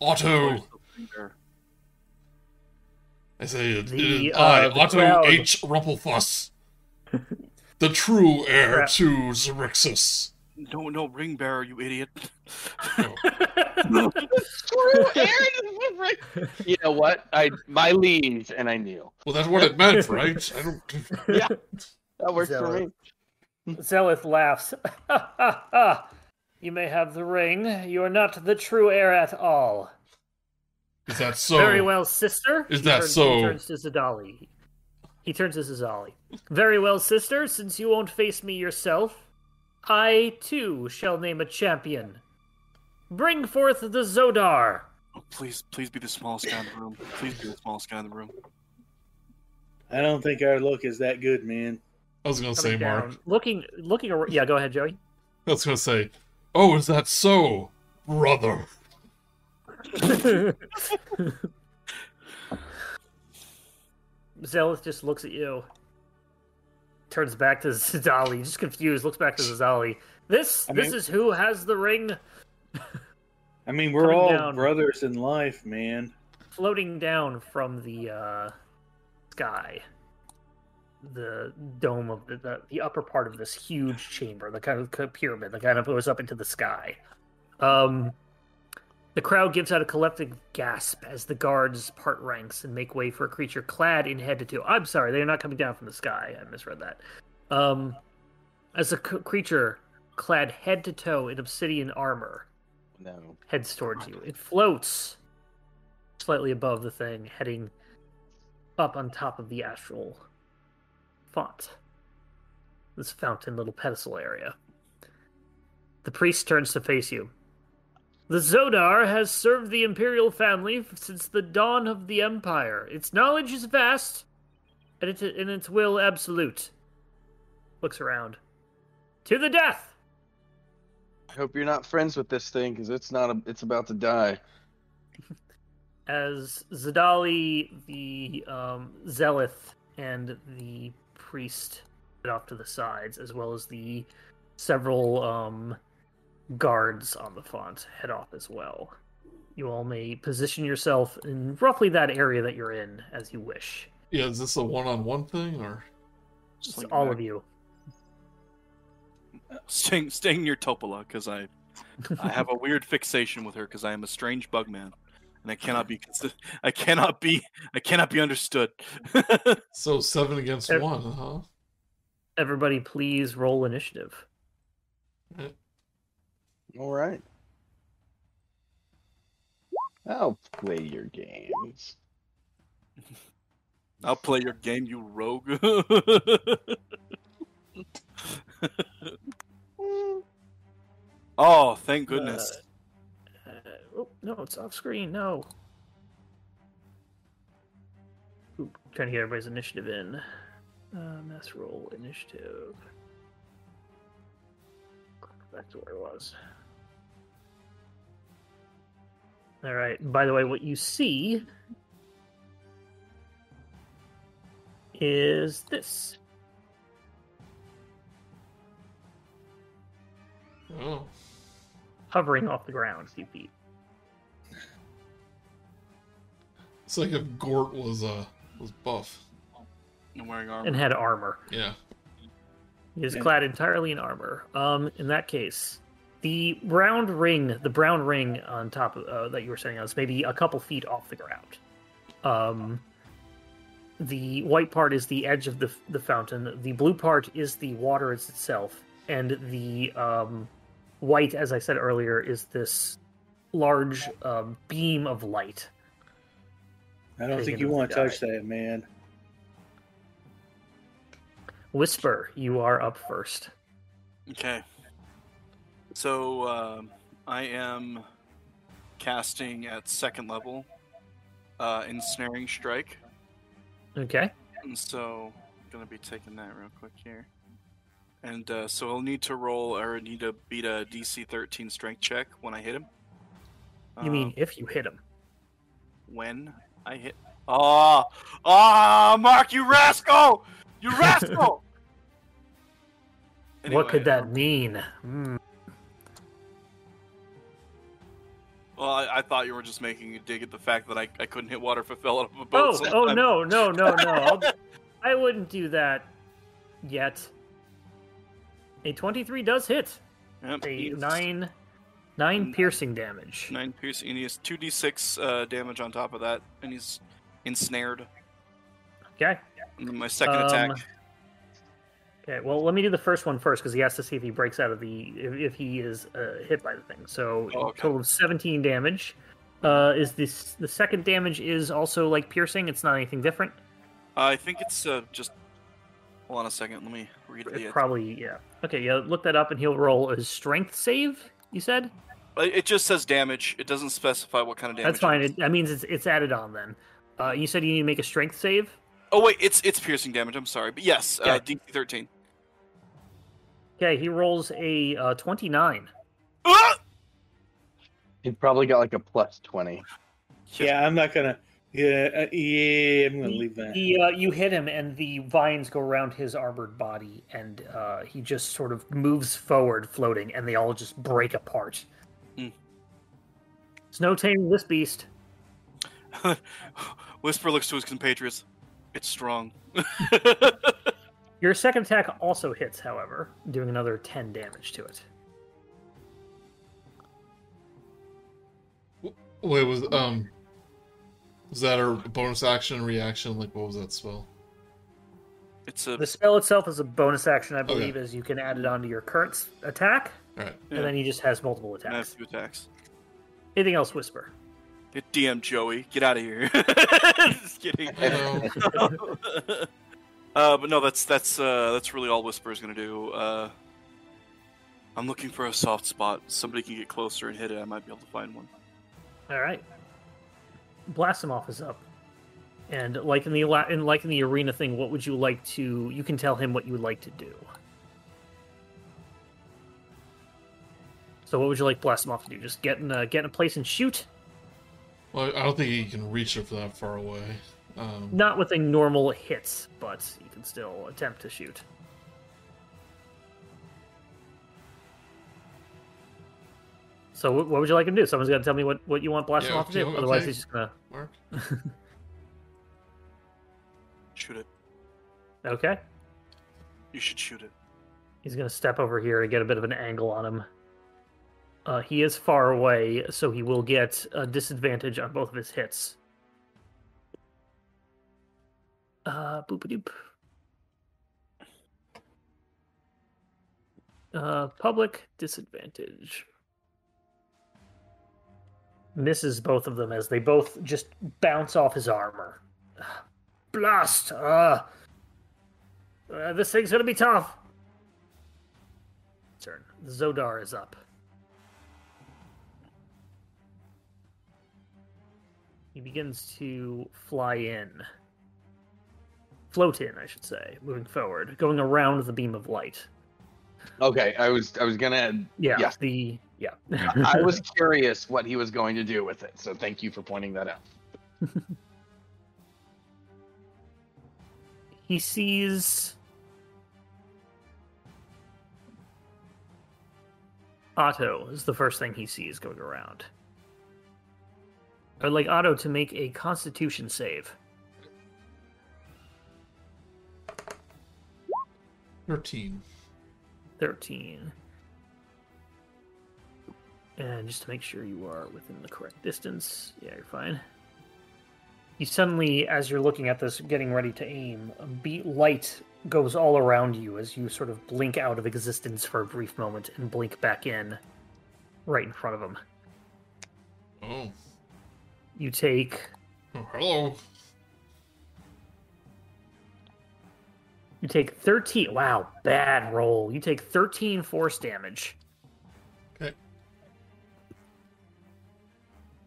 [SPEAKER 3] Otto.
[SPEAKER 4] There.
[SPEAKER 3] I say it,
[SPEAKER 1] The,
[SPEAKER 3] it is I,
[SPEAKER 1] uh, the
[SPEAKER 3] Otto
[SPEAKER 1] crowd-
[SPEAKER 3] H. Rumpelfuss, the true heir
[SPEAKER 1] Crap.
[SPEAKER 3] to Xerixis.
[SPEAKER 4] No, no, ring bearer, you idiot.
[SPEAKER 5] you know what? I my liege, and I kneel.
[SPEAKER 3] Well, that's what it meant, right? I don't.
[SPEAKER 5] That works for me.
[SPEAKER 1] Zealith laughs. you may have the ring. You are not the true heir at all.
[SPEAKER 3] Is that so?
[SPEAKER 1] Very well, sister.
[SPEAKER 3] Is
[SPEAKER 1] He
[SPEAKER 3] that
[SPEAKER 1] turns,
[SPEAKER 3] so?
[SPEAKER 1] He turns to Zadali. He turns to Zadali. Very well, sister. Since you won't face me yourself, I too shall name a champion. Bring forth the Zodar.
[SPEAKER 4] Oh, please, please be the smallest guy in the room. Please be the smallest guy in the room.
[SPEAKER 2] I don't think our look is that good, man.
[SPEAKER 3] I was
[SPEAKER 1] Coming
[SPEAKER 3] gonna say,
[SPEAKER 1] down,
[SPEAKER 3] Mark.
[SPEAKER 1] Looking, looking. Ar- yeah, go ahead, Joey.
[SPEAKER 3] I was gonna say, oh, is that so, brother?
[SPEAKER 1] Zealot just looks at you, turns back to Zadali, just confused. Looks back to Zadali. This,
[SPEAKER 2] I
[SPEAKER 1] this
[SPEAKER 2] mean-
[SPEAKER 1] is who has the ring.
[SPEAKER 2] I mean, we're
[SPEAKER 1] Coming
[SPEAKER 2] all
[SPEAKER 1] down.
[SPEAKER 2] brothers in life, man.
[SPEAKER 1] floating down from the uh, sky, the dome of the, the, the upper part of this huge chamber, the kind of pyramid that kind of goes up into the sky. Um, the crowd gives out a collective gasp as the guards part ranks and make way for a creature clad in head to toe. I'm sorry, they're not coming down from the sky. I misread that. Um, as a c- creature clad head to toe in obsidian armor
[SPEAKER 5] No.
[SPEAKER 1] heads towards you. It floats slightly above the thing, heading up on top of the astral font. This fountain little pedestal area. The priest turns to face you. The Zodar has served the Imperial family f- since the dawn of the Empire. Its knowledge is vast, and, it, and its will absolute. Looks around. To the death!
[SPEAKER 5] I hope you're not friends with this thing because it's not. A, it's about to die.
[SPEAKER 1] as Zadali, the um, Zealoth, and the priest sit off to the sides, as well as the several um, guards on the font head off as well. You all may position yourself in roughly that area that you're in as you wish.
[SPEAKER 3] Yeah, is this a one-on-one thing or?
[SPEAKER 1] Just
[SPEAKER 4] like
[SPEAKER 1] all
[SPEAKER 4] that.
[SPEAKER 1] of you.
[SPEAKER 4] Staying, staying near Topola because I, I have a weird fixation with her because I am a strange bug man, and I cannot be, consi- I cannot be, I cannot be understood.
[SPEAKER 3] So seven against
[SPEAKER 1] Ev-
[SPEAKER 3] one, uh-huh. huh?
[SPEAKER 1] Everybody, please roll initiative.
[SPEAKER 5] All right. I'll play your games.
[SPEAKER 4] I'll play your game, you rogue. oh, thank goodness.
[SPEAKER 1] Uh, oh, no, it's off screen. No. Oop, trying to get everybody's initiative in. Uh, mass roll initiative. Back to where it was. All right. and By the way, what you see is this.
[SPEAKER 3] Oh,
[SPEAKER 1] Hovering off the ground, a few feet.
[SPEAKER 3] it's like if Gort was uh was buff.
[SPEAKER 4] I'm wearing armor.
[SPEAKER 1] And had armor.
[SPEAKER 3] Yeah.
[SPEAKER 1] He is
[SPEAKER 2] Yeah.
[SPEAKER 1] clad entirely in armor. Um, in that case, the round ring, the brown ring on top of, uh, that you were sitting on, is maybe a couple feet off the ground. Um, the white part is the edge of the the fountain. The blue part is the water is itself, and the um, white, as I said earlier, is this large uh, beam of light.
[SPEAKER 2] I don't
[SPEAKER 1] Taking
[SPEAKER 2] think you
[SPEAKER 1] him
[SPEAKER 2] want to
[SPEAKER 1] to
[SPEAKER 2] touch that, man.
[SPEAKER 1] Whisper, you are up first.
[SPEAKER 4] Okay. So um, I am casting at second level, uh, ensnaring strike,
[SPEAKER 1] Okay.
[SPEAKER 4] and so I'm gonna be taking that real quick here. And uh, so I'll need to roll or need to beat a DC 13 strength check when I hit him.
[SPEAKER 1] You
[SPEAKER 4] Um,
[SPEAKER 1] mean if you hit him?
[SPEAKER 4] when I hit? Ah, ah, Mark, you rascal! You rascal!
[SPEAKER 1] what could
[SPEAKER 4] Anyway, uh, um,
[SPEAKER 1] that mean? Hmm.
[SPEAKER 4] Well, I, I thought you were just making a dig at the fact that I, I couldn't hit water if I fell out of a boat.
[SPEAKER 1] Oh, oh
[SPEAKER 4] sometime.
[SPEAKER 1] no, no, no, no. I'll, I wouldn't do that yet. A 23 does hit.
[SPEAKER 4] Yep,
[SPEAKER 1] A
[SPEAKER 4] he is
[SPEAKER 1] 9 9
[SPEAKER 4] Mm.
[SPEAKER 1] piercing damage.
[SPEAKER 4] Nine piercing. And he has 2d6 uh, damage on top of that, and he's ensnared.
[SPEAKER 1] Okay.
[SPEAKER 4] And then my second
[SPEAKER 1] Um,
[SPEAKER 4] attack.
[SPEAKER 1] Okay, well, let me do the first one first because he has to see if he breaks out of the if, if he is uh, hit by the thing. So
[SPEAKER 4] Oh, okay.
[SPEAKER 1] a total of 17 damage. Uh, is this the second damage is also like piercing? It's not anything different.
[SPEAKER 4] I think it's uh, just. Hold on a second. Let me read
[SPEAKER 1] It
[SPEAKER 4] the.
[SPEAKER 1] probably yeah. Okay, yeah. Look that up, and he'll roll a strength save. You said.
[SPEAKER 4] uh, It it just says damage. It doesn't specify what kind of damage.
[SPEAKER 1] That's fine.
[SPEAKER 4] it is.
[SPEAKER 1] It, that means it's it's added on then. Uh, you said you need to make a strength save.
[SPEAKER 4] Oh wait, it's it's piercing damage. I'm sorry, but yes, uh,
[SPEAKER 1] Okay.
[SPEAKER 4] DC 13.
[SPEAKER 1] Okay, he rolls a uh, twenty-nine.
[SPEAKER 4] Ah!
[SPEAKER 5] He probably got like a plus twenty.
[SPEAKER 2] Yeah, I'm not gonna. Yeah, uh, yeah, I'm gonna leave that.
[SPEAKER 1] He, uh, you hit him, and the vines go around his armored body, and uh, he just sort of moves forward, floating, and they all just break apart.
[SPEAKER 4] Mm.
[SPEAKER 1] It's no taming this beast.
[SPEAKER 4] Ah! Whisper looks to his compatriots. It's strong.
[SPEAKER 1] Your second attack also hits, however, doing another ten damage to it.
[SPEAKER 3] Wait, was um, was that a bonus action reaction? Like, what was that spell?
[SPEAKER 4] It's a
[SPEAKER 1] The spell itself is a bonus action, I
[SPEAKER 3] Okay.
[SPEAKER 1] believe, as you can add it onto your current s- attack,
[SPEAKER 3] All right.
[SPEAKER 4] Yeah.
[SPEAKER 1] and then he just has multiple
[SPEAKER 4] I have
[SPEAKER 1] attacks.
[SPEAKER 4] two attacks.
[SPEAKER 1] Anything else, Whisper?
[SPEAKER 4] Get DM Joey, get out of here. Just kidding.
[SPEAKER 3] Um,
[SPEAKER 4] uh, but no, that's that's uh, that's really all Whisper is gonna do. Uh, I'm looking for a soft spot. Somebody can get closer and hit it. I might be able to find one.
[SPEAKER 1] All right. Blasimoff is up, and like in the ala- and like in the arena thing, what would you like to? You can tell him what you would like to do. So, what would you like Blasimoff to do? Just get in a, get in a place and shoot,
[SPEAKER 3] Well, I don't think he can reach it that far away. Um,
[SPEAKER 1] not with a normal hit, but you can still attempt to shoot. So, what what would you like him to do? Someone's got to tell me what, what you want Blasimoff
[SPEAKER 3] Yeah,
[SPEAKER 1] to do.
[SPEAKER 3] okay,
[SPEAKER 1] Otherwise,
[SPEAKER 3] okay.
[SPEAKER 1] he's just gonna
[SPEAKER 3] Mark?
[SPEAKER 4] Shoot it.
[SPEAKER 1] okay.
[SPEAKER 4] You should shoot it.
[SPEAKER 1] He's going to step over here to get a bit of an angle on him. Uh, he is far away, so he will get a disadvantage on both of his hits. Uh, boop a doop. Uh, public disadvantage. Misses both of them as they both just bounce off his armor. Blast! Uh, uh, this thing's gonna be tough turn. Zodar is up. He begins to fly in. Float in, I should say, moving forward, going around the beam of light.
[SPEAKER 5] Okay, I was I was gonna
[SPEAKER 1] Yeah,
[SPEAKER 5] Yes.
[SPEAKER 1] the yeah.
[SPEAKER 5] I was curious what he was going to do with it, so thank you for pointing that out.
[SPEAKER 1] he sees Otto is the first thing he sees going around. I'd like Otto to make a Constitution save.
[SPEAKER 3] 13.
[SPEAKER 1] 13. And just to make sure you are within the correct distance, yeah, you're fine. You suddenly, as you're looking at this, getting ready to aim, a beat light goes all around you as you sort of blink out of existence for a brief moment and blink back in right in front of him.
[SPEAKER 3] Oh.
[SPEAKER 1] You take
[SPEAKER 3] oh hello.
[SPEAKER 1] you take 13 wow, bad roll. You take 13 force damage.
[SPEAKER 3] Okay.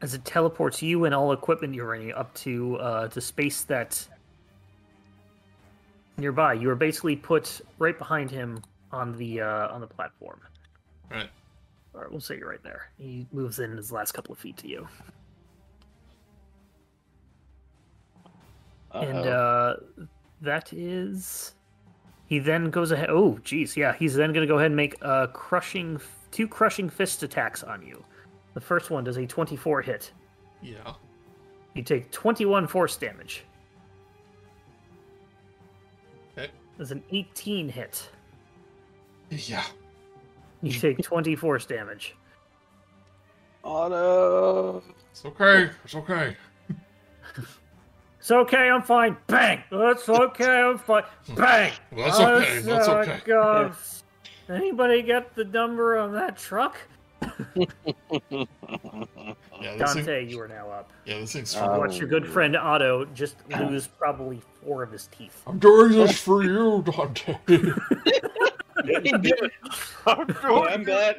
[SPEAKER 1] as it teleports you and all equipment you're in up to uh, to space that's nearby. You are basically put right behind him on the uh, on the platform.
[SPEAKER 3] All right.
[SPEAKER 1] All right, we'll say you're right there. He moves in his last couple of feet to you, and
[SPEAKER 5] Uh-oh.
[SPEAKER 1] uh, that is. He then goes ahead. Oh, geez, yeah. He's then going to go ahead and make a crushing f- two crushing fist attacks on you. The first one does a 24 hit.
[SPEAKER 3] Yeah.
[SPEAKER 1] You take 21 force damage.
[SPEAKER 3] Okay.
[SPEAKER 1] That's an 18 hit.
[SPEAKER 3] Yeah.
[SPEAKER 1] You take 20 force damage.
[SPEAKER 5] Auto.
[SPEAKER 3] It's okay. It's okay.
[SPEAKER 1] It's okay, I'm fine. Bang! It's okay, I'm fine. Bang!
[SPEAKER 3] Well, that's
[SPEAKER 1] Oh,
[SPEAKER 3] okay,
[SPEAKER 1] it's,
[SPEAKER 3] that's
[SPEAKER 1] uh,
[SPEAKER 3] okay.
[SPEAKER 1] God. Anybody get the number on that truck?
[SPEAKER 3] Yeah, this thing,
[SPEAKER 1] Dante, you are now up.
[SPEAKER 3] yeah, this thing's
[SPEAKER 5] Uh,
[SPEAKER 3] fine.
[SPEAKER 1] Watch your good friend Otto just lose probably four of his teeth.
[SPEAKER 3] I'm doing this for you, Dante.
[SPEAKER 2] Yeah, I'm glad.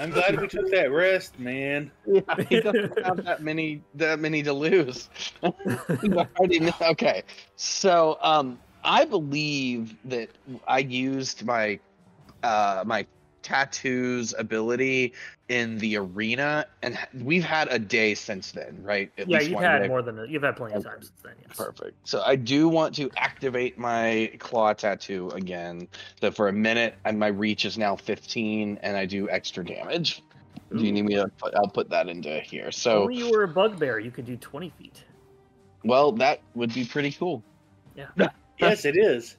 [SPEAKER 2] I'm glad we took that risk, man.
[SPEAKER 5] Yeah, he doesn't have that many that many to lose. But already know- okay, so um, I believe that I used my uh, my tattoos ability in the arena, and we've had a day since then, right? At
[SPEAKER 1] yeah, you've
[SPEAKER 5] one
[SPEAKER 1] had
[SPEAKER 5] day.
[SPEAKER 1] more than you've had plenty of
[SPEAKER 5] Okay.
[SPEAKER 1] times since then. Yes.
[SPEAKER 5] Perfect. So I do want to activate my claw tattoo again. So for a minute, and my reach is now 15, and I do extra damage. Do you need me to? Put, I'll put that into here.
[SPEAKER 1] If
[SPEAKER 5] So
[SPEAKER 1] only you were a bugbear, you could do 20 feet.
[SPEAKER 5] Well, that would be pretty cool.
[SPEAKER 2] Yes, it is.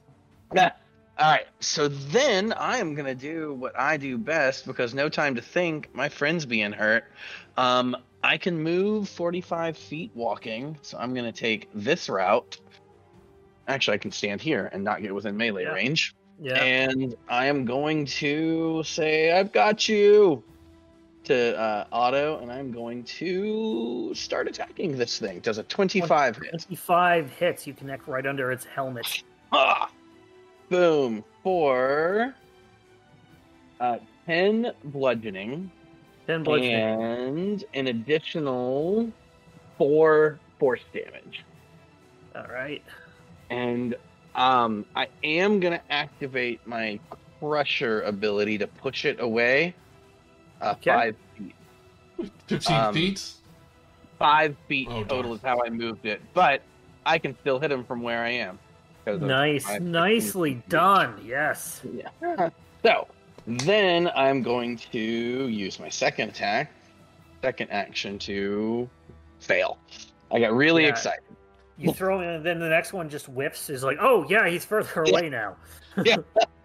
[SPEAKER 5] All right, so then I am gonna do what I do best because no time to think. My friend's being hurt. Um, I can move 45 feet walking, so I'm gonna take this route. Actually, I can stand here and not get within melee
[SPEAKER 1] Yeah.
[SPEAKER 5] range.
[SPEAKER 1] Yeah.
[SPEAKER 5] And I am going to say, "I've got you," to uh, Otto, and I'm going to start attacking this thing. Does a 25 hit?
[SPEAKER 1] 25 hits, you connect right under its helmet.
[SPEAKER 5] Ah! Boom. Four. Uh, 10 bludgeoning,
[SPEAKER 1] Ten bludgeoning.
[SPEAKER 5] and an additional 4 force damage.
[SPEAKER 1] All right.
[SPEAKER 5] And um, I am going to activate my Crusher ability to push it away uh,
[SPEAKER 1] Okay.
[SPEAKER 5] 5 feet.
[SPEAKER 3] 15
[SPEAKER 5] Um,
[SPEAKER 3] feet?
[SPEAKER 5] five feet
[SPEAKER 3] Oh,
[SPEAKER 5] total
[SPEAKER 3] darn.
[SPEAKER 5] is how I moved it, but I can still hit him from where I am. 'cause of
[SPEAKER 1] Nice.
[SPEAKER 5] my-
[SPEAKER 1] Nicely done. Yes.
[SPEAKER 5] Yeah. So then I'm going to use my second attack, second action to fail. I got really
[SPEAKER 1] Yeah.
[SPEAKER 5] excited.
[SPEAKER 1] You throw him, and then the next one just whiffs. Is like, oh yeah, he's further away now.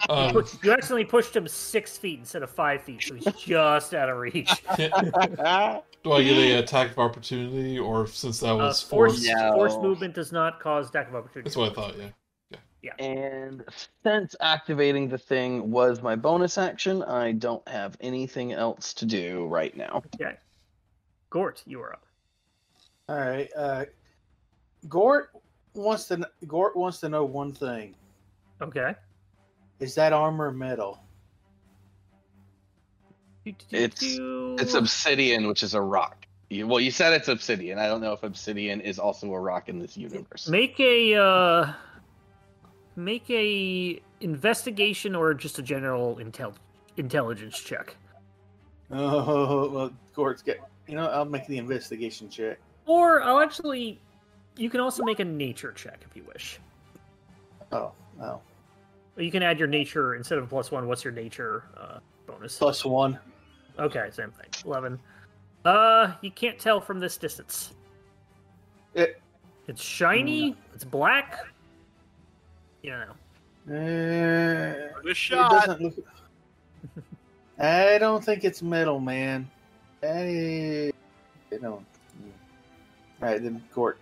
[SPEAKER 3] Um,
[SPEAKER 1] Push- you accidentally pushed him six feet instead of five feet, so he's just out of reach.
[SPEAKER 3] can- do I get a attack of opportunity, or since that
[SPEAKER 1] Uh,
[SPEAKER 3] was
[SPEAKER 1] force
[SPEAKER 3] forced?
[SPEAKER 5] No.
[SPEAKER 1] force movement does not cause attack of opportunity.
[SPEAKER 3] That's what I thought, yeah.
[SPEAKER 5] And since activating the thing was my bonus action, I don't have anything else to do right now.
[SPEAKER 1] Gort, you are up.
[SPEAKER 2] All right. Uh, Gort wants to. kn- Gort wants to know one thing:
[SPEAKER 1] Okay.
[SPEAKER 2] Is that armor metal?
[SPEAKER 5] It's- It's obsidian, which is a rock. You, well, you said it's obsidian. I don't know if obsidian is also a rock in this universe.
[SPEAKER 1] Make a uh, make a investigation or just a general intel intelligence check,
[SPEAKER 2] Oh well, Gort's get. You know, I'll make the investigation check.
[SPEAKER 1] or I'll actually. You can also make a nature check if you wish.
[SPEAKER 2] Oh, oh,
[SPEAKER 1] You can add your nature instead of plus one. What's your nature uh, bonus?
[SPEAKER 2] plus one.
[SPEAKER 1] Okay, same thing. Eleven. Uh, you can't tell from this distance.
[SPEAKER 2] It- Mm.
[SPEAKER 1] It's shiny. It's black. You know.
[SPEAKER 2] Uh,
[SPEAKER 4] Good
[SPEAKER 2] It
[SPEAKER 4] shot.
[SPEAKER 2] doesn't look. I don't think it's metal, man. I, I don't. All right, then Gort.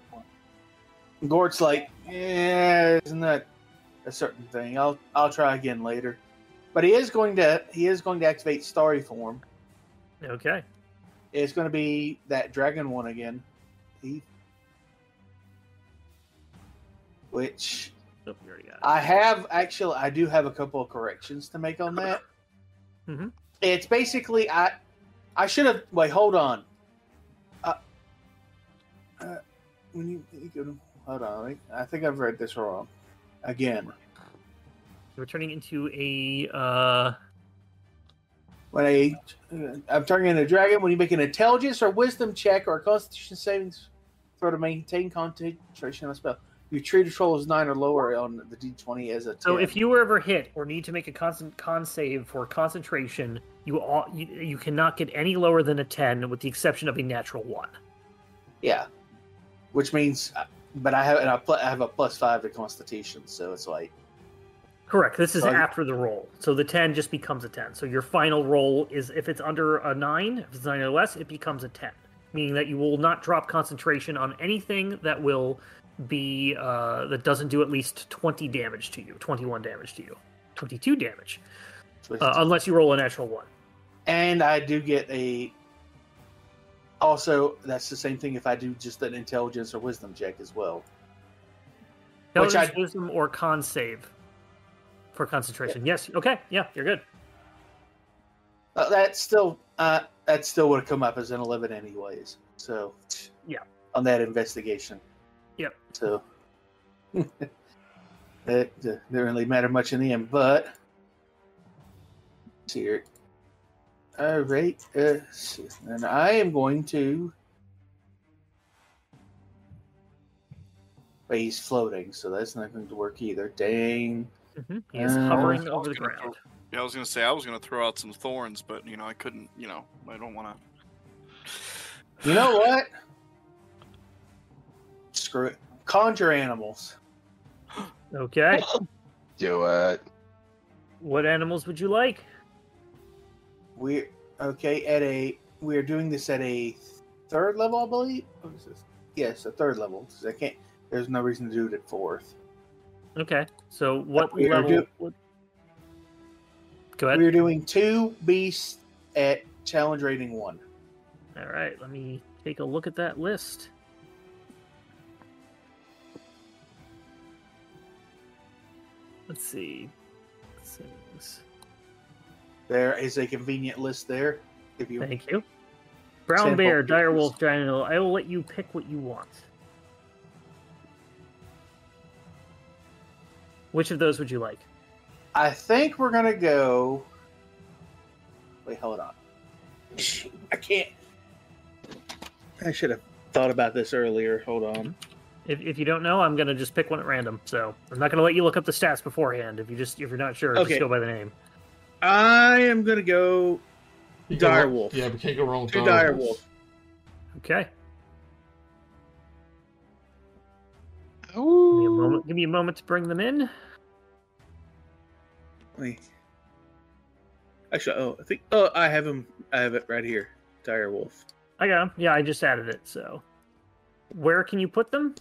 [SPEAKER 2] Gort's like, yeah, it's not a certain thing. I'll I'll try again later. But he is going to he is going to activate Starry Form.
[SPEAKER 1] Okay.
[SPEAKER 2] It's going to be that dragon one again. He, which
[SPEAKER 1] Oh, we already got it.
[SPEAKER 2] I have actually, I do have a couple of corrections to make on that.
[SPEAKER 1] Mhm.
[SPEAKER 2] It's basically I, I should have. Wait, hold on. Uh, uh, when you, you go to, hold on, I I think I've read this wrong. Again,
[SPEAKER 1] We're turning into a uh.
[SPEAKER 2] when I, I'm turning into a dragon. When you make an intelligence or wisdom check or a Constitution savings throw to maintain concentration on a spell, your tree control is nine or lower on the D20 as a. 10.
[SPEAKER 1] So if you were ever hit or need to make a constant con save for concentration, you all you, you cannot get any lower than a ten, with the exception of a natural one.
[SPEAKER 2] Yeah, which means, uh, but I have and I, pl- I have a plus five to Constitution, so it's like
[SPEAKER 1] Correct. This is
[SPEAKER 2] Right.
[SPEAKER 1] after the roll, so the ten just becomes a ten. So your final roll is if it's under a nine, if it's nine or less, it becomes a ten, meaning that you will not drop concentration on anything that will be uh, that doesn't do at least twenty damage to you, twenty-one damage to you, twenty-two damage, uh, unless you roll a natural one.
[SPEAKER 2] and I do get a. Also, that's the same thing if I do just an intelligence or wisdom check as well. Which I-
[SPEAKER 1] Intelligence, wisdom, or con save for concentration. Yes. Okay. Yeah, you're good.
[SPEAKER 2] Uh, that still, uh, that still would have come up as an eleven anyways. So
[SPEAKER 1] Yeah.
[SPEAKER 2] on that investigation.
[SPEAKER 1] Yep.
[SPEAKER 2] So. That uh, didn't really matter much in the end, but see here. All right, uh, shit, and I am going to. But he's floating, so that's not going to work either. Dang.
[SPEAKER 1] Mhm. He is
[SPEAKER 2] Uh,
[SPEAKER 1] hovering
[SPEAKER 4] I was
[SPEAKER 1] over the
[SPEAKER 4] gonna
[SPEAKER 1] ground.
[SPEAKER 4] Yeah, I was gonna say I was gonna throw out some thorns, but you know I couldn't. You know I don't want to.
[SPEAKER 2] You know what? Screw it. Conjure animals.
[SPEAKER 1] Okay.
[SPEAKER 5] Do it.
[SPEAKER 1] what animals would you like?
[SPEAKER 2] We're okay at a. We are doing this at a third level, I believe. What is this? Yes, a third level. 'cause I can't. There's no reason to do it at fourth.
[SPEAKER 1] Okay. So what
[SPEAKER 2] We are
[SPEAKER 1] level?
[SPEAKER 2] do-
[SPEAKER 1] what- Go ahead.
[SPEAKER 2] We're doing two beasts at challenge rating one.
[SPEAKER 1] All right. Let me take a look at that list. Let's see. Settings.
[SPEAKER 2] There is a convenient list there. If you
[SPEAKER 1] Thank you. Brown
[SPEAKER 2] Sample
[SPEAKER 1] bear, dire
[SPEAKER 2] pictures.
[SPEAKER 1] wolf, giant eagle. I will let you pick what you want. Which of those would you like?
[SPEAKER 2] I think we're gonna go. Wait, hold on. I can't. I should have thought about this earlier. Hold on.
[SPEAKER 1] If, if you don't know, I'm gonna just pick one at random. So I'm not gonna let you look up the stats beforehand. If you just if you're not sure,
[SPEAKER 2] Okay.
[SPEAKER 1] just go by the name.
[SPEAKER 2] I am gonna go
[SPEAKER 3] You go-
[SPEAKER 2] Direwolf.
[SPEAKER 3] Yeah, but can't go wrong with
[SPEAKER 2] to
[SPEAKER 3] direwolf.
[SPEAKER 2] Direwolf.
[SPEAKER 1] Okay. Give me a
[SPEAKER 5] Ooh.
[SPEAKER 1] moment. Give me a moment to bring them in.
[SPEAKER 2] Wait. Actually, oh, I think. Oh, I have him. I have it right here. Direwolf.
[SPEAKER 1] I got 'em. Yeah, I just added it. So where can you put them?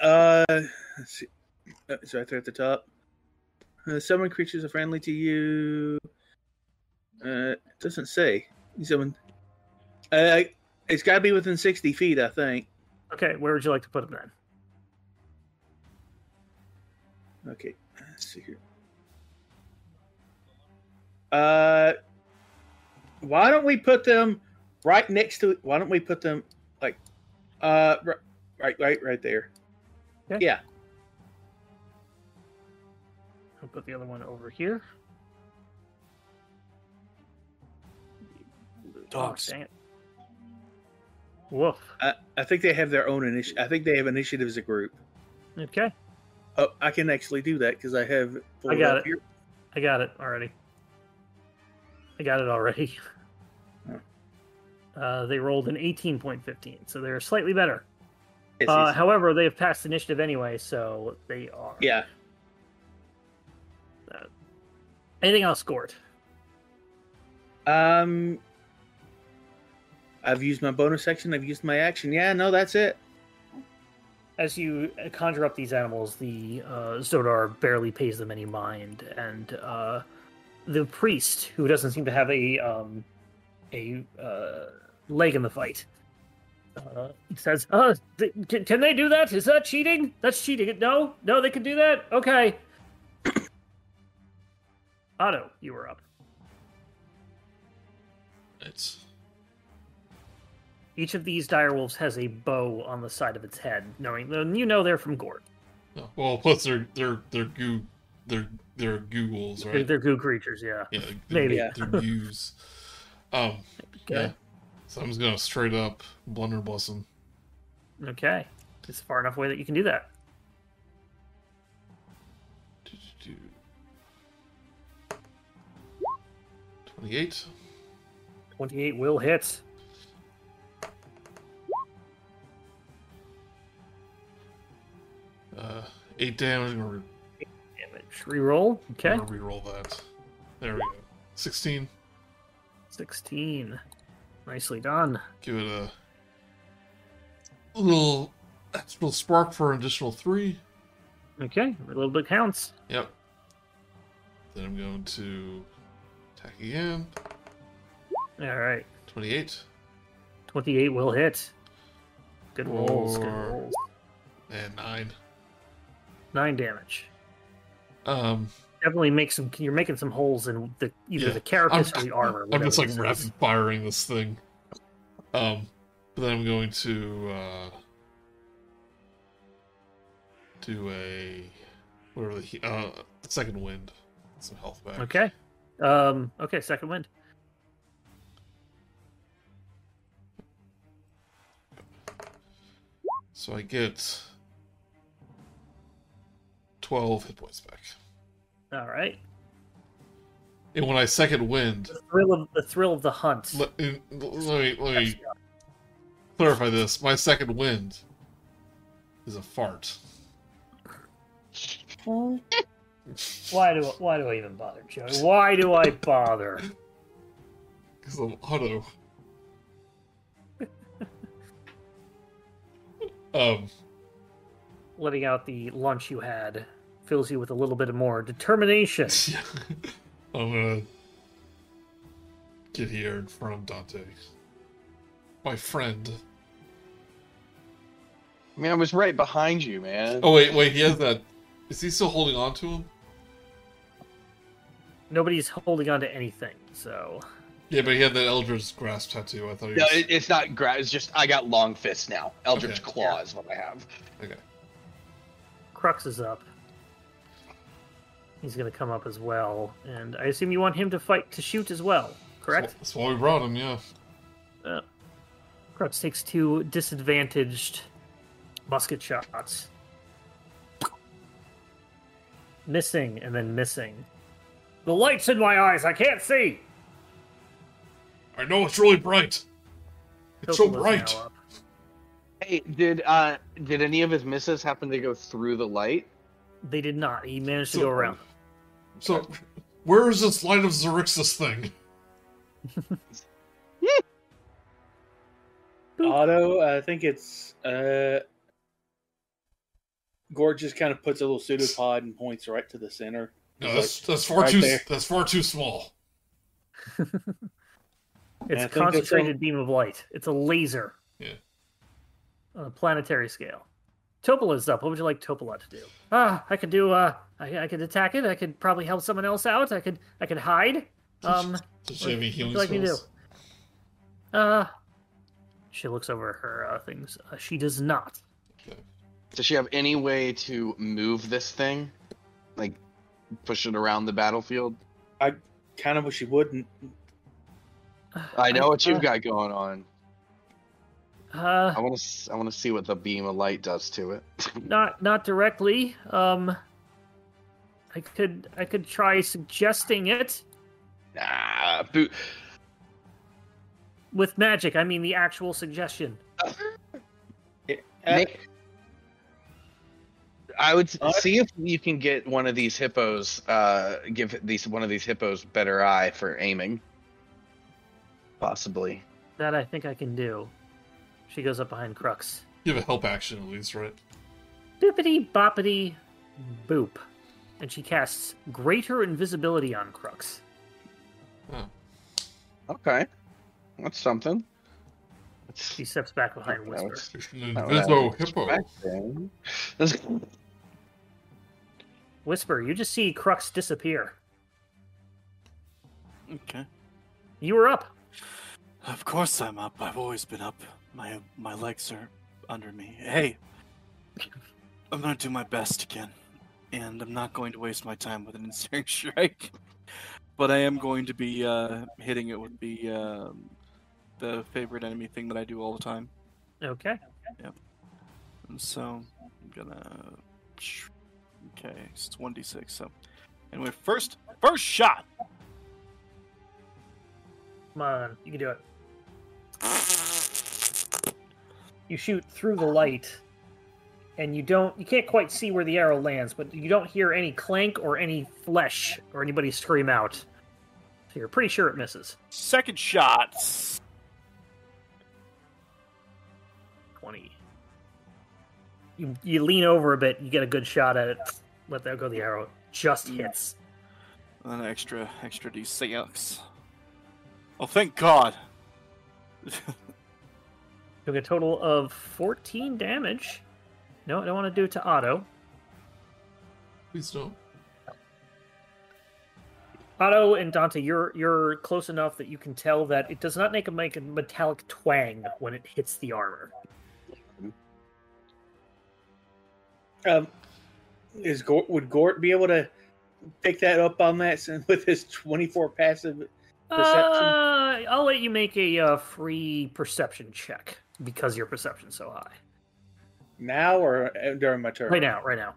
[SPEAKER 2] Uh, let's see. Uh, It's right there at the top. Uh, summon creatures are friendly to you. Uh, it doesn't say. You Summon. Uh, it's got to be within 60 feet, I think.
[SPEAKER 1] Okay, where would you like to put them then?
[SPEAKER 2] Okay, let's see here. Uh, why don't we put them right next to? Why don't we put them like, uh, ri- right, right, right there.
[SPEAKER 1] I'll put the other one over here.
[SPEAKER 4] Dogs.
[SPEAKER 1] Oh, dang it. Woof.
[SPEAKER 2] I, I think they have their own initiative. I think they have initiative as a group.
[SPEAKER 1] Okay,
[SPEAKER 2] Oh, I can actually do that because I have. it pulled
[SPEAKER 1] got
[SPEAKER 2] up
[SPEAKER 1] it.
[SPEAKER 2] Here.
[SPEAKER 1] I got it already. I got it already.
[SPEAKER 2] Hmm.
[SPEAKER 1] Uh, they rolled an 18.15, so they're slightly better.
[SPEAKER 2] Yes,
[SPEAKER 1] Uh,
[SPEAKER 2] yes.
[SPEAKER 1] however, they have passed initiative anyway, so they are.
[SPEAKER 2] yeah.
[SPEAKER 1] Anything else scored?
[SPEAKER 2] Um, I've used my bonus action. I've used my action. Yeah, no, that's it.
[SPEAKER 1] As you uh, conjure up these animals, the uh, Zodar barely pays them any mind, and uh, the priest, who doesn't seem to have a um, a uh, leg in the fight, uh, says, uh, th- can- "Can they do that? Is that cheating? That's cheating. No, no, they can do that. Okay." Otto, you were up.
[SPEAKER 3] It's
[SPEAKER 1] Each of these direwolves has a bow on the side of its head, knowing you know they're from Gort.
[SPEAKER 3] no. well, plus they're they're they're goo they're they're googles,
[SPEAKER 1] They're,
[SPEAKER 3] right?
[SPEAKER 1] they're goo creatures, yeah.
[SPEAKER 3] yeah, they're,
[SPEAKER 1] Maybe.
[SPEAKER 3] they're- they're goos. Um,
[SPEAKER 1] Okay.
[SPEAKER 3] yeah. So I'm just gonna straight up blunderbuss him.
[SPEAKER 1] Okay. It's far enough away that you can do that.
[SPEAKER 3] Twenty-eight.
[SPEAKER 1] 28 will hit.
[SPEAKER 3] Uh, eight damage. I'm gonna, re-
[SPEAKER 1] Damage. Reroll. Okay.
[SPEAKER 3] I'm gonna reroll that. There we go. Sixteen.
[SPEAKER 1] 16. Nicely done.
[SPEAKER 3] Give it a little extra spark for an additional three.
[SPEAKER 1] Okay. A little bit counts.
[SPEAKER 3] Yep. Then I'm going to attack again.
[SPEAKER 1] All right.
[SPEAKER 3] Twenty-eight.
[SPEAKER 1] 28 will hit. Good rolls. Good
[SPEAKER 3] Or-
[SPEAKER 1] rolls.
[SPEAKER 3] and nine.
[SPEAKER 1] Nine damage.
[SPEAKER 3] Um,
[SPEAKER 1] Definitely make some. You're making some holes in the either
[SPEAKER 3] Yeah.
[SPEAKER 1] the carapace
[SPEAKER 3] I'm-
[SPEAKER 1] or the armor.
[SPEAKER 3] I'm just
[SPEAKER 1] whatever
[SPEAKER 3] like
[SPEAKER 1] this is.
[SPEAKER 3] rapid firing this thing. Um, but then I'm going to uh, do a whatever the he- uh second wind, some health back.
[SPEAKER 1] Okay. Um. Okay. Second wind.
[SPEAKER 3] So I get twelve hit points back.
[SPEAKER 1] All right.
[SPEAKER 3] And when I second wind,
[SPEAKER 1] The thrill of the thrill of the hunt.
[SPEAKER 3] let, let me let me clarify this. My second wind is a fart.
[SPEAKER 1] Why do Why do I even bother, Joey? Why do I bother?
[SPEAKER 3] Because I'm auto. um,
[SPEAKER 1] letting out the lunch you had fills you with a little bit more determination.
[SPEAKER 3] yeah. I'm gonna get here in front of Dante. My friend.
[SPEAKER 5] I mean, I was right behind you, man.
[SPEAKER 3] Oh wait, wait, he has that. Is he still holding on to him?
[SPEAKER 1] nobody's holding on to anything. So
[SPEAKER 3] Yeah, but he had that Eldritch Grasp tattoo. I thought he was.
[SPEAKER 5] No, it, it's not grab. It's just I got long fists now. Eldritch
[SPEAKER 3] Okay.
[SPEAKER 5] Claw is what I have.
[SPEAKER 1] Crux is up. He's going to come up as well, and I assume you want him to fight to shoot as well, correct?
[SPEAKER 3] That's why we brought him, yeah.
[SPEAKER 1] Crux takes two disadvantaged musket shots, missing and then missing. The lights in my eyes, I can't see.
[SPEAKER 3] I know it's really bright. It's so
[SPEAKER 1] Topol is now
[SPEAKER 3] bright.
[SPEAKER 1] up.
[SPEAKER 5] Hey, did uh did any of his misses happen to go through the light?
[SPEAKER 1] They did not. He managed to
[SPEAKER 3] So-
[SPEAKER 1] go around.
[SPEAKER 3] So, where is this light of Xerixis thing?
[SPEAKER 2] Otto, I think it's uh Gord just kind of puts a little pseudopod and points right to the center.
[SPEAKER 3] No,
[SPEAKER 2] He's
[SPEAKER 3] that's that's far
[SPEAKER 2] right
[SPEAKER 3] too
[SPEAKER 2] there.
[SPEAKER 3] that's far too small.
[SPEAKER 1] It's
[SPEAKER 2] I
[SPEAKER 1] a
[SPEAKER 2] think that's all-
[SPEAKER 1] concentrated beam of light. It's a laser.
[SPEAKER 3] Yeah.
[SPEAKER 1] On a planetary scale. Topola's up. What would you like Topola to do? Ah, I could do. Uh, I, I could attack it. I could probably help someone else out. I could. I could hide. Um,
[SPEAKER 3] Does she have any healing
[SPEAKER 1] what would you like me to
[SPEAKER 3] spells?
[SPEAKER 1] uh, she looks over at her uh, things. Uh, she does not.
[SPEAKER 5] Does she have any way to move this thing, like push it around the battlefield?
[SPEAKER 2] like, kind of wish he wouldn't.
[SPEAKER 5] I know what
[SPEAKER 1] uh,
[SPEAKER 5] you've got going on.
[SPEAKER 1] Uh,
[SPEAKER 5] I want to I want to see what the beam of light does to it.
[SPEAKER 1] not not directly. Um, I could I could try suggesting it
[SPEAKER 5] ah, boo.
[SPEAKER 1] with magic. I mean the actual suggestion.
[SPEAKER 2] Uh,
[SPEAKER 5] Make- I would s-
[SPEAKER 2] Uh,
[SPEAKER 5] see if you can get one of these hippos. Uh, give these one of these hippos better eye for aiming. Possibly.
[SPEAKER 1] That I think I can do. She goes up behind Crux.
[SPEAKER 3] You have a help action at least, right?
[SPEAKER 1] Bippity boppity boop. And she casts greater invisibility on Crux.
[SPEAKER 5] Okay, that's something. That's
[SPEAKER 1] She steps back behind
[SPEAKER 5] That
[SPEAKER 1] Whisper.
[SPEAKER 5] was-
[SPEAKER 3] There's an
[SPEAKER 5] that was
[SPEAKER 3] Inviso hippo.
[SPEAKER 5] distracting.
[SPEAKER 1] Whisper, you just see Crux disappear.
[SPEAKER 4] Okay.
[SPEAKER 1] You were up.
[SPEAKER 4] Of course I'm up. I've always been up. My my legs are under me. Hey, I'm gonna do my best again, and I'm not going to waste my time with an ensnaring strike. But I am going to be uh, hitting it with the um the favorite enemy thing that I do all the time.
[SPEAKER 1] Okay.
[SPEAKER 4] And so I'm gonna. Okay, it's one d six. So anyway, first first shot.
[SPEAKER 1] Come on. You can do it. You shoot through the light, and you don't you can't quite see where the arrow lands, but you don't hear any clank or any flesh or anybody scream out. So you're pretty sure it misses.
[SPEAKER 4] Second shot.
[SPEAKER 1] 20. You, you lean over a bit, you get a good shot at it. Let that go the arrow. Just hits.
[SPEAKER 4] And then extra extra d six. Oh, thank God.
[SPEAKER 1] Took a total of 14 damage. No, I don't want to do it to Otto.
[SPEAKER 3] Please don't.
[SPEAKER 1] Otto and Dante, you're you're close enough that you can tell that it does not make a make a metallic twang when it hits the armor.
[SPEAKER 2] Um, is Gort would Gort be able to pick that up on that sin- with his twenty four passive? Perception?
[SPEAKER 1] Uh, I'll let you make a uh, free perception check because your perception's so high.
[SPEAKER 2] Now or uh, during my turn?
[SPEAKER 1] Right now, right now.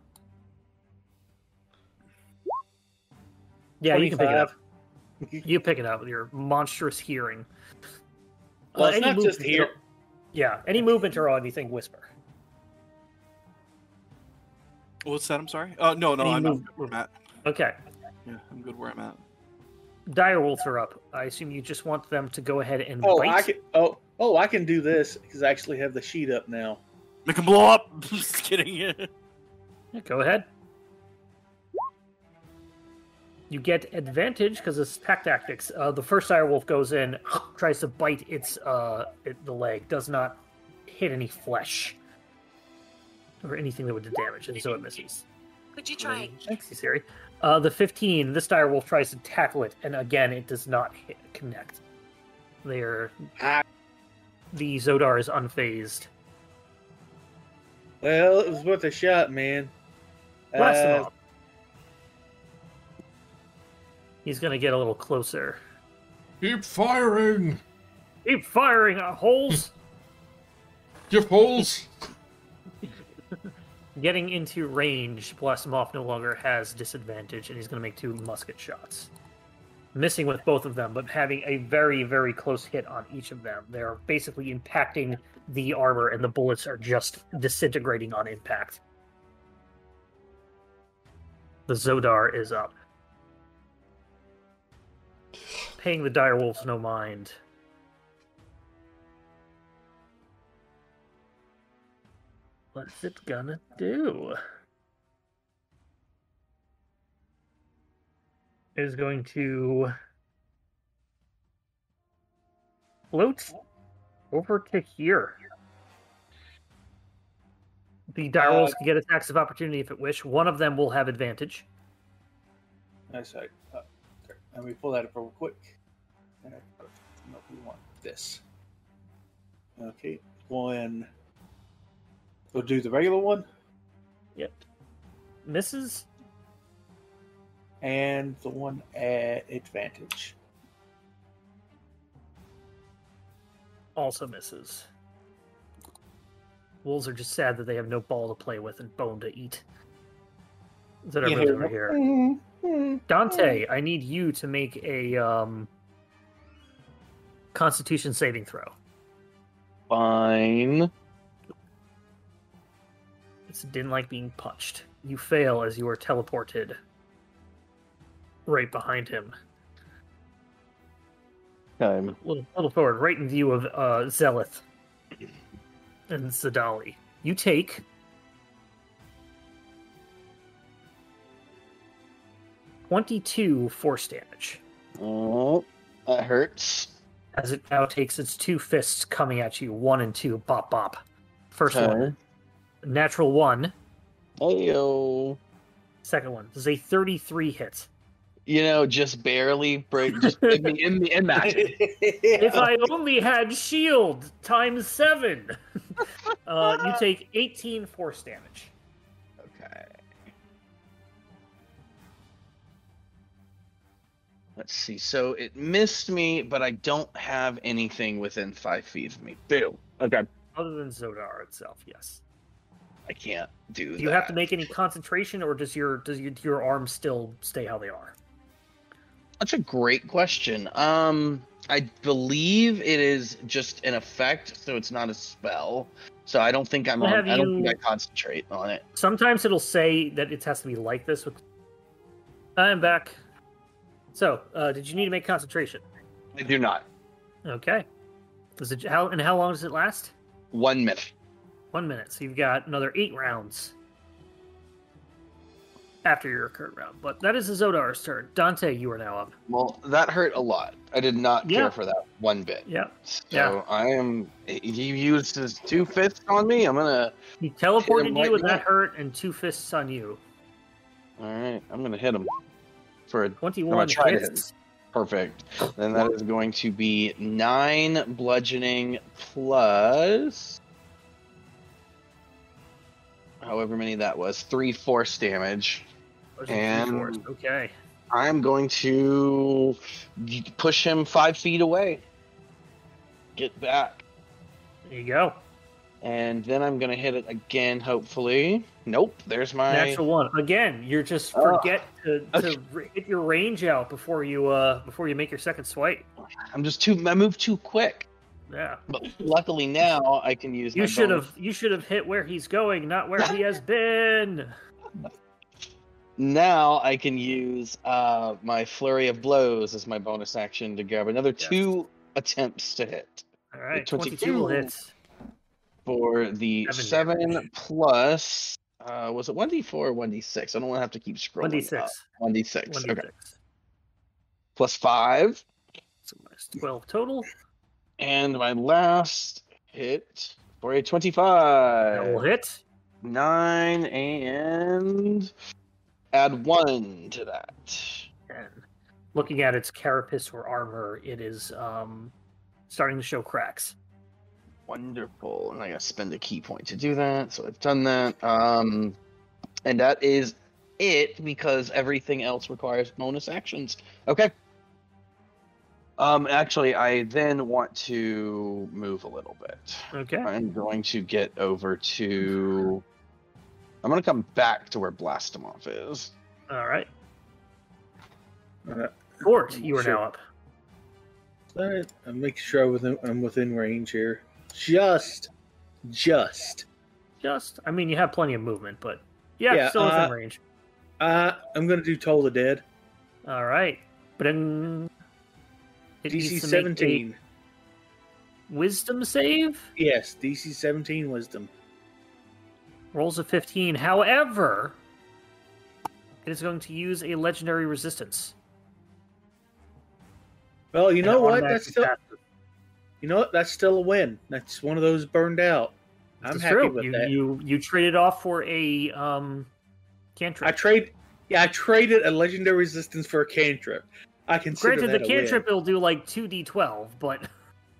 [SPEAKER 1] Yeah, you can pick it up. You pick it up with your monstrous hearing. Uh,
[SPEAKER 2] Well, it's
[SPEAKER 1] any
[SPEAKER 2] not just
[SPEAKER 1] movement
[SPEAKER 2] here.
[SPEAKER 1] or- yeah, any movement or anything whisper.
[SPEAKER 4] What's that? I'm sorry. Uh, no, no,
[SPEAKER 1] Any
[SPEAKER 4] I'm, I'm
[SPEAKER 1] move-
[SPEAKER 4] good where I'm at.
[SPEAKER 1] Okay,
[SPEAKER 4] Yeah, I'm good where I'm at.
[SPEAKER 1] direwolves are up. I assume you just want them to go ahead and
[SPEAKER 2] Oh,
[SPEAKER 1] bite.
[SPEAKER 2] I can. Oh, oh, I can do this because I actually have the sheet up now.
[SPEAKER 4] Make him blow up. just kidding.
[SPEAKER 1] Yeah, Go ahead. You get advantage because it's pack tactics. Uh, the first direwolf goes in, tries to bite its uh, it, the leg, does not hit any flesh or anything that would do damage, and so it misses.
[SPEAKER 6] Could you try?
[SPEAKER 1] Thanks, Siri. Uh, the 15, this dire wolf tries to tackle it, and again, it does not hit, connect. They are.
[SPEAKER 2] Ah.
[SPEAKER 1] The Zodar is unfazed.
[SPEAKER 2] Well, it was worth a shot, man.
[SPEAKER 1] Blast him
[SPEAKER 2] Uh,
[SPEAKER 1] up. He's going to get a little closer.
[SPEAKER 3] Keep firing!
[SPEAKER 1] Keep firing at holes!
[SPEAKER 3] Give holes!
[SPEAKER 1] Getting into range, Blasimov no longer has disadvantage, and he's going to make two musket shots. Missing with both of them, but having a very, very close hit on each of them. They're basically impacting the armor, and the bullets are just disintegrating on impact. The Zodar is up. Paying the direwolves no mind. What's it gonna do? It Is going to float over to here. The direwolves can get attacks of opportunity if it wish. One of them will have advantage.
[SPEAKER 2] That's right. Uh, okay. Let me pull that up real quick. All right. No, we want this. Okay, one. We'll do the regular one
[SPEAKER 1] Misses.
[SPEAKER 2] and the one at advantage.
[SPEAKER 1] also misses. Wolves are just sad that they have no ball to play with and bone to eat. That are
[SPEAKER 2] Yeah.
[SPEAKER 1] moved over here. Dante, I need you to make a um, Constitution saving throw.
[SPEAKER 5] Fine.
[SPEAKER 1] It's didn't like being punched. You fail as you are teleported right behind him.
[SPEAKER 5] Time.
[SPEAKER 1] little, little forward, right in view of uh, Zelith and Zadali. You take. Twenty-two force damage
[SPEAKER 5] Oh, that hurts.
[SPEAKER 1] as it now takes its two fists coming at you, one and two, bop bop. First one, natural one.
[SPEAKER 5] Ayo.
[SPEAKER 1] Second one this is a thirty-three hit.
[SPEAKER 5] You know, just barely break. Just in the in the in match.
[SPEAKER 1] If I only had shield times seven, uh, you take eighteen force damage.
[SPEAKER 5] Okay. Let's see. So it missed me, but I don't have anything within five feet of me. Boo. Okay.
[SPEAKER 1] Other than Zodar itself, yes.
[SPEAKER 5] I can't do that.
[SPEAKER 1] Do you have to make any concentration, or does your does your, do your arms still stay how they are?
[SPEAKER 5] That's a great question. Um, I believe it is just an effect, so it's not a spell. So I don't think I'm
[SPEAKER 1] Well,
[SPEAKER 5] on.
[SPEAKER 1] have
[SPEAKER 5] I don't
[SPEAKER 1] you-
[SPEAKER 5] think I concentrate on it.
[SPEAKER 1] Sometimes it'll say that it has to be like this. With I'm back. So, uh, did you need to make concentration?
[SPEAKER 5] I do not.
[SPEAKER 1] Okay. Does it how and how long does it last?
[SPEAKER 5] One minute.
[SPEAKER 1] One minute. So you've got another eight rounds after your current round. But that is the Zodar's turn. Dante, you are now up.
[SPEAKER 5] Well, that hurt a lot. I did not
[SPEAKER 1] Yeah.
[SPEAKER 5] care for that one bit.
[SPEAKER 1] Yeah.
[SPEAKER 5] So
[SPEAKER 1] Yeah.
[SPEAKER 5] I am. He used his two fists on me. I'm gonna.
[SPEAKER 1] He teleported
[SPEAKER 5] right
[SPEAKER 1] you, and
[SPEAKER 5] now.
[SPEAKER 1] that hurt, and two fists on you.
[SPEAKER 5] All right. I'm gonna hit him for a
[SPEAKER 1] Twenty-one
[SPEAKER 5] try to hit.
[SPEAKER 1] hits.
[SPEAKER 5] perfect. Then that is going to be nine bludgeoning plus however many that was three force damage.
[SPEAKER 1] Those are three fours.
[SPEAKER 5] And-
[SPEAKER 1] Okay.
[SPEAKER 5] I'm going to push him five feet away. Get back.
[SPEAKER 1] There you go.
[SPEAKER 5] And then I'm gonna hit it again, hopefully. Nope, there's my
[SPEAKER 1] Natural one again. You're just
[SPEAKER 5] Oh.
[SPEAKER 1] forget to, to re- get your range out before you uh before you make your second swipe.
[SPEAKER 5] I'm just too I moved too quick.
[SPEAKER 1] Yeah,
[SPEAKER 5] But luckily now I can use
[SPEAKER 1] you
[SPEAKER 5] my
[SPEAKER 1] should
[SPEAKER 5] bonus-
[SPEAKER 1] have you should have hit where he's going, not where he has been.
[SPEAKER 5] now I can use uh, my flurry of blows as my bonus action to grab another
[SPEAKER 1] Yes.
[SPEAKER 5] two attempts to hit
[SPEAKER 1] All right,
[SPEAKER 5] 22.
[SPEAKER 1] twenty-two will hit.
[SPEAKER 5] for the
[SPEAKER 1] Seven
[SPEAKER 5] seven, plus. Uh, was it one d four or one d six? I don't want to have to keep scrolling. Uh,
[SPEAKER 1] One d six. One
[SPEAKER 5] One d six.
[SPEAKER 1] d
[SPEAKER 5] Okay.
[SPEAKER 1] six.
[SPEAKER 5] Plus five,
[SPEAKER 1] So minus twelve total.
[SPEAKER 5] and my last hit for a
[SPEAKER 1] That will
[SPEAKER 5] twenty-five.
[SPEAKER 1] hit.
[SPEAKER 5] Nine and add one to that.
[SPEAKER 1] And looking at its carapace or armor, it is um, starting to show cracks.
[SPEAKER 5] Wonderful. And I gotta spend a key point to do that, so I've done that. Um and that is it because everything else requires bonus actions. Okay. Um actually I then want to move a little bit.
[SPEAKER 1] Okay.
[SPEAKER 5] I'm going to get over to I'm gonna come back to where Blastomov is.
[SPEAKER 1] All right.
[SPEAKER 2] Uh,
[SPEAKER 1] Gort, you are
[SPEAKER 2] Sure.
[SPEAKER 1] now up.
[SPEAKER 2] All right, I'll make sure I'm within, I'm within range here. Just, just.
[SPEAKER 1] Just, I mean, you have plenty of movement, but yeah,
[SPEAKER 2] Yeah,
[SPEAKER 1] still within
[SPEAKER 2] uh,
[SPEAKER 1] range.
[SPEAKER 2] Uh, I'm gonna do Toll the Dead.
[SPEAKER 1] All right. But then it
[SPEAKER 2] DC
[SPEAKER 1] needs to make a
[SPEAKER 2] 17.
[SPEAKER 1] wisdom save
[SPEAKER 2] Yes, DC 17 Wisdom.
[SPEAKER 1] rolls a 15. However, it is going to use a legendary resistance.
[SPEAKER 2] Well, you
[SPEAKER 1] And
[SPEAKER 2] know
[SPEAKER 1] it
[SPEAKER 2] what?
[SPEAKER 1] automatically
[SPEAKER 2] That's still,
[SPEAKER 1] passes.
[SPEAKER 2] you know what? That's still a win. That's one of those burned out. I'm
[SPEAKER 1] It's
[SPEAKER 2] happy
[SPEAKER 1] true.
[SPEAKER 2] with
[SPEAKER 1] you,
[SPEAKER 2] that.
[SPEAKER 1] You you traded off for a um cantrip.
[SPEAKER 2] I trade. Yeah, I traded a legendary resistance for a cantrip. I consider
[SPEAKER 1] Granted,
[SPEAKER 2] that
[SPEAKER 1] the
[SPEAKER 2] a win.
[SPEAKER 1] cantrip will do like two d12, but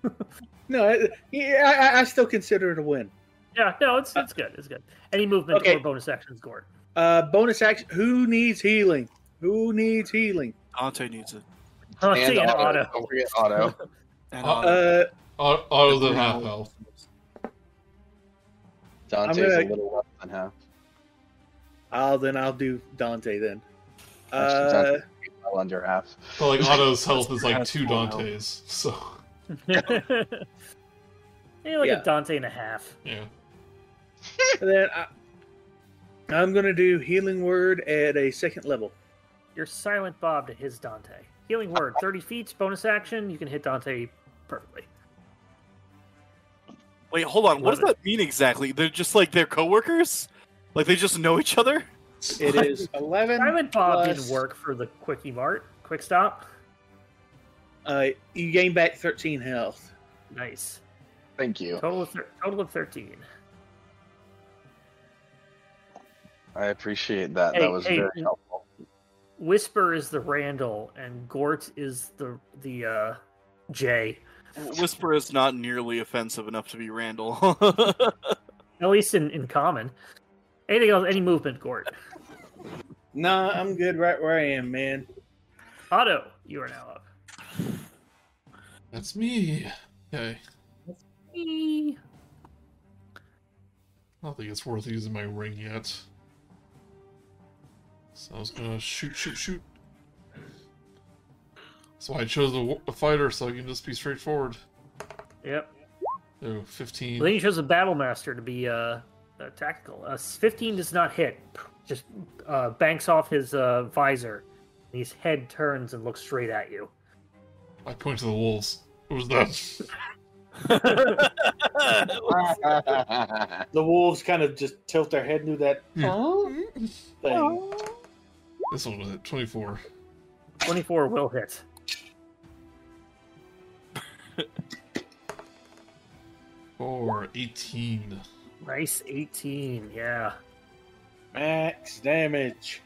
[SPEAKER 2] No, I- yeah, I, I still consider it a win.
[SPEAKER 1] yeah, no, it's it's good. It's good. Any movement
[SPEAKER 2] Okay.
[SPEAKER 1] or bonus actions, Gort.
[SPEAKER 2] Uh, bonus action. Who needs healing? Who needs healing?
[SPEAKER 4] Dante needs it.
[SPEAKER 1] Oh,
[SPEAKER 5] And
[SPEAKER 1] see, an
[SPEAKER 5] auto.
[SPEAKER 1] auto.
[SPEAKER 5] Don't forget auto.
[SPEAKER 4] And
[SPEAKER 3] Uh,
[SPEAKER 4] Otto.
[SPEAKER 2] Uh,
[SPEAKER 3] Out out of the half health.
[SPEAKER 5] Dante's
[SPEAKER 2] gonna-
[SPEAKER 5] a little less than half.
[SPEAKER 2] I'll then I'll do Dante then.
[SPEAKER 5] Actually,
[SPEAKER 2] Uh,
[SPEAKER 5] Dante's well under half.
[SPEAKER 3] But like Otto's health is like
[SPEAKER 4] That's
[SPEAKER 3] two
[SPEAKER 4] full health.
[SPEAKER 3] Dantes. So
[SPEAKER 1] yeah, like
[SPEAKER 2] Yeah.
[SPEAKER 1] a Dante and a half.
[SPEAKER 3] yeah.
[SPEAKER 2] and then I, I'm gonna do healing word at a second level.
[SPEAKER 1] You're silent Bob to his Dante. Healing word, 30 feet, bonus action. You can hit Dante perfectly.
[SPEAKER 4] Wait, hold on. What does
[SPEAKER 1] Love
[SPEAKER 4] that mean exactly? They're just like they're coworkers? Like they just know each other?
[SPEAKER 2] It is eleven.
[SPEAKER 1] Silent Bob
[SPEAKER 2] plus-
[SPEAKER 1] did work for the quickie mart. Quick stop.
[SPEAKER 2] Uh, you gain back thirteen health.
[SPEAKER 1] Nice.
[SPEAKER 5] Thank you.
[SPEAKER 1] Total of, thir- total of 13.
[SPEAKER 5] I appreciate that.
[SPEAKER 1] Hey,
[SPEAKER 5] that was
[SPEAKER 1] hey,
[SPEAKER 5] very
[SPEAKER 1] you-
[SPEAKER 5] helpful.
[SPEAKER 1] Whisper is the Randall, and Gort is the the uh, Jay.
[SPEAKER 4] Whisper is not nearly offensive enough to be Randall.
[SPEAKER 1] At least in, in common. Anything else? Any movement, Gort?
[SPEAKER 2] Nah, I'm good right where I am, man.
[SPEAKER 1] Otto, you are now up.
[SPEAKER 3] That's me. Okay.
[SPEAKER 1] Eee.
[SPEAKER 3] I don't think it's worth using my ring yet. So I was gonna shoot, shoot, shoot. So I chose the, wa- the fighter, so I can just be straightforward.
[SPEAKER 1] Yep.
[SPEAKER 3] Oh, 15.
[SPEAKER 1] Well, then you chose a battle master to be uh, uh, tactical. Uh, 15 does not hit. Just uh, banks off his uh, visor. And his head turns and looks straight at you.
[SPEAKER 3] I point to the wolves. It was them.
[SPEAKER 2] The wolves kind of just tilt their head and do that thing.
[SPEAKER 3] this one was at 24.
[SPEAKER 1] 24 will hit.
[SPEAKER 3] Or 18.
[SPEAKER 1] Nice 18. Yeah.
[SPEAKER 2] Max damage.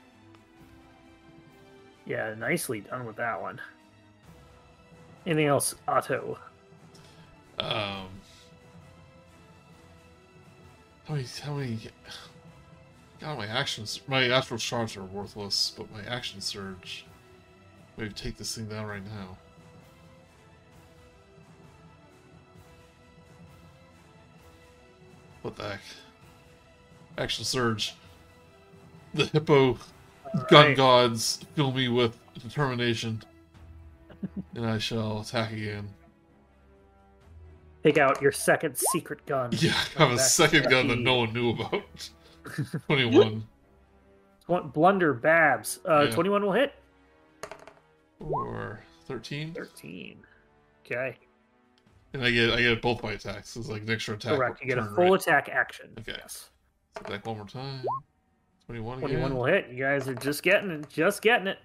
[SPEAKER 1] Yeah, nicely done with that one. Anything else, Otto?
[SPEAKER 3] Um. How many? How many? God, my actions, my astral shards are worthless, but my action surge. Maybe take this thing down right now. What the heck? Action surge. The hippo gun
[SPEAKER 1] Alright.
[SPEAKER 3] gods fill me with determination, and I shall attack again.
[SPEAKER 1] Take out your second secret gun.
[SPEAKER 3] Yeah, I have a
[SPEAKER 1] Back
[SPEAKER 3] second gun that
[SPEAKER 1] key.
[SPEAKER 3] no one knew about. 21.
[SPEAKER 1] Tw- Blunder Babs. Uh,
[SPEAKER 3] Yeah.
[SPEAKER 1] 21 will hit.
[SPEAKER 3] or 13.
[SPEAKER 1] 13. Okay.
[SPEAKER 3] And I get I get both my attacks. It's like an extra attack.
[SPEAKER 1] Correct. You get a
[SPEAKER 3] turn,
[SPEAKER 1] full
[SPEAKER 3] right?
[SPEAKER 1] attack action.
[SPEAKER 3] Okay.
[SPEAKER 1] Yes.
[SPEAKER 3] Attack one more time. 21 again.
[SPEAKER 1] 21 will hit. You guys are just getting it. Just getting it.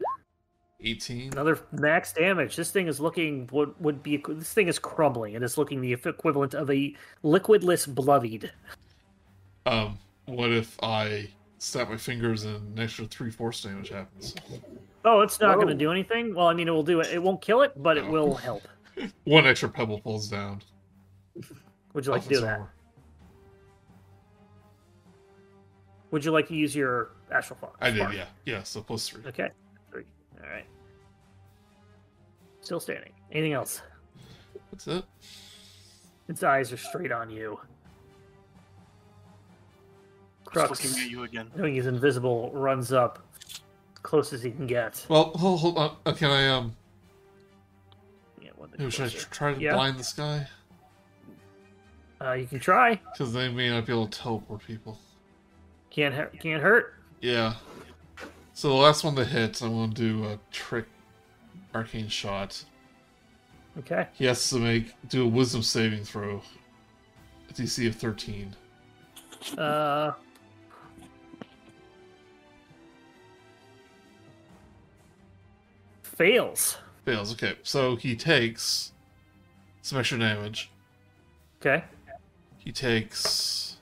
[SPEAKER 3] 18.
[SPEAKER 1] Another max damage. This thing is looking what would be this thing is crumbling. It is looking the equivalent of a liquidless bloodied.
[SPEAKER 3] Um, what if I snap my fingers and an extra three force damage happens.
[SPEAKER 1] Oh, it's not going
[SPEAKER 2] Whoa.
[SPEAKER 1] to do anything. Well, I mean, it will do it. It won't kill it, but it will help.
[SPEAKER 3] One extra pebble falls down.
[SPEAKER 1] Would you like
[SPEAKER 3] off
[SPEAKER 1] to
[SPEAKER 3] its
[SPEAKER 1] do that?
[SPEAKER 3] armor.
[SPEAKER 1] Would you like to use your astral fog?
[SPEAKER 3] I did,
[SPEAKER 1] spark?
[SPEAKER 3] yeah. Yeah, so plus three.
[SPEAKER 1] Okay, three. All right. Still standing. Anything else?
[SPEAKER 3] That's it.
[SPEAKER 1] Its eyes are straight on you.
[SPEAKER 4] Just
[SPEAKER 1] Crux,
[SPEAKER 4] looking at you again.
[SPEAKER 1] knowing he's invisible, runs up close as he can get.
[SPEAKER 3] Well, hold, hold on. Uh, Can I, um,
[SPEAKER 1] Yeah, one bit
[SPEAKER 3] maybe should I
[SPEAKER 1] closer.
[SPEAKER 3] tr- try to
[SPEAKER 1] Yeah.
[SPEAKER 3] blind this guy?
[SPEAKER 1] Uh, you can try.
[SPEAKER 3] Because they may not be able to teleport people.
[SPEAKER 1] Can't hu- can't hurt.
[SPEAKER 3] Yeah. So the last one that hits, I'm going to do a trick arcane shot.
[SPEAKER 1] Okay.
[SPEAKER 3] He has to make do a wisdom saving throw. A DC of 13.
[SPEAKER 1] Uh. Fails.
[SPEAKER 3] Fails. Okay, so he takes some extra damage.
[SPEAKER 1] Okay.
[SPEAKER 3] He takes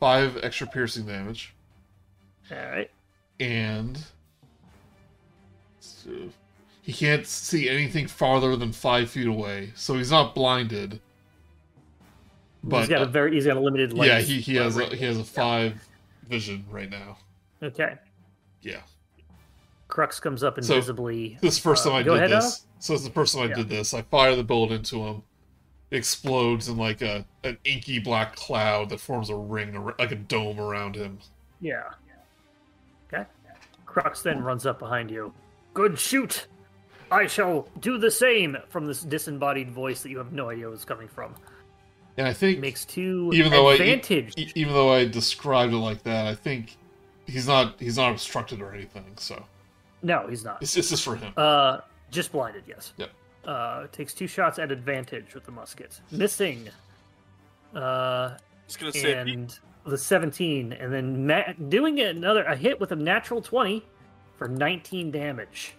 [SPEAKER 3] five extra piercing damage
[SPEAKER 1] All right.
[SPEAKER 3] and so he can't see anything farther than five feet away, so he's not blinded. But uh,
[SPEAKER 1] he's got a very he's got a limited light.
[SPEAKER 3] yeah, he, he has a he has a five vision right now.
[SPEAKER 1] Okay.
[SPEAKER 3] Yeah,
[SPEAKER 1] Crux comes up
[SPEAKER 3] So-
[SPEAKER 1] invisibly.
[SPEAKER 3] this is the first
[SPEAKER 1] Uh,
[SPEAKER 3] time I
[SPEAKER 1] go
[SPEAKER 3] did
[SPEAKER 1] ahead,
[SPEAKER 3] this. So it's the first time I
[SPEAKER 1] Yeah.
[SPEAKER 3] did this. I fire the bullet into him. It explodes in like a an inky black cloud that forms a ring, ar- like a dome around him.
[SPEAKER 1] yeah. Okay. Crux then runs up behind you. Good shoot. I shall do the same from this disembodied voice that you have no idea where it's coming from.
[SPEAKER 3] And I think
[SPEAKER 1] Makes two
[SPEAKER 3] Even though I-
[SPEAKER 1] advantage.
[SPEAKER 3] E- even though I described it like that, I think he's not he's not obstructed or anything. So
[SPEAKER 1] no, he's not.
[SPEAKER 3] it's, it's just for him.
[SPEAKER 1] Uh, just blinded, yes.
[SPEAKER 3] Yep.
[SPEAKER 1] Uh, takes two shots at advantage with the musket. Missing. Uh,
[SPEAKER 4] He's gonna say,
[SPEAKER 1] and the 17, and then na- doing another a hit with a natural 20 for 19 damage.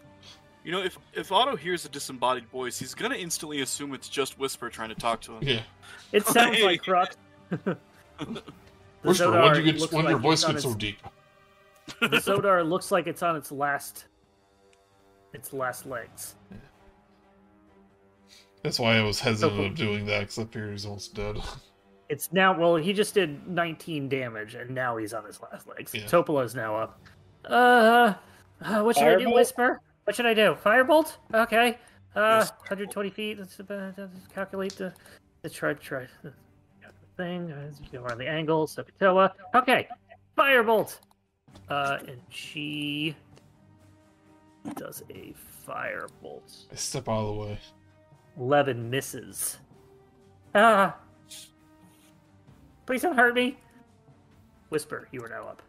[SPEAKER 4] you know, if if Otto hears a disembodied voice, he's gonna instantly assume it's just Whisper trying to talk to him.
[SPEAKER 3] yeah,
[SPEAKER 1] It sounds like Crux. The
[SPEAKER 3] Whisper,
[SPEAKER 1] Zodar
[SPEAKER 3] when do you get
[SPEAKER 1] looks
[SPEAKER 3] when your
[SPEAKER 1] like
[SPEAKER 3] voice
[SPEAKER 1] it's on
[SPEAKER 3] gets so
[SPEAKER 1] its-
[SPEAKER 3] deep?
[SPEAKER 1] The Sodar looks like it's on its last, its last legs.
[SPEAKER 3] That's why I was hesitant
[SPEAKER 1] Okay.
[SPEAKER 3] of doing that because I figured he's almost dead.
[SPEAKER 1] It's now well, he just did 19 damage, and now he's on his last legs.
[SPEAKER 3] Yeah.
[SPEAKER 1] Topolo's now up. Uh, uh, what should I do,
[SPEAKER 2] Firebolt?
[SPEAKER 1] Whisper? What should I do? Firebolt? Okay. Uh,
[SPEAKER 4] Yes,
[SPEAKER 1] 120 feet. Let's uh, let's calculate the the try try the thing. Uh, let's go around the angle. Sepatilla. Okay. Firebolt. Uh, and she does a firebolt.
[SPEAKER 3] I step out of the way.
[SPEAKER 1] 11 misses. Ah. Please don't hurt me. Whisper, you are now up.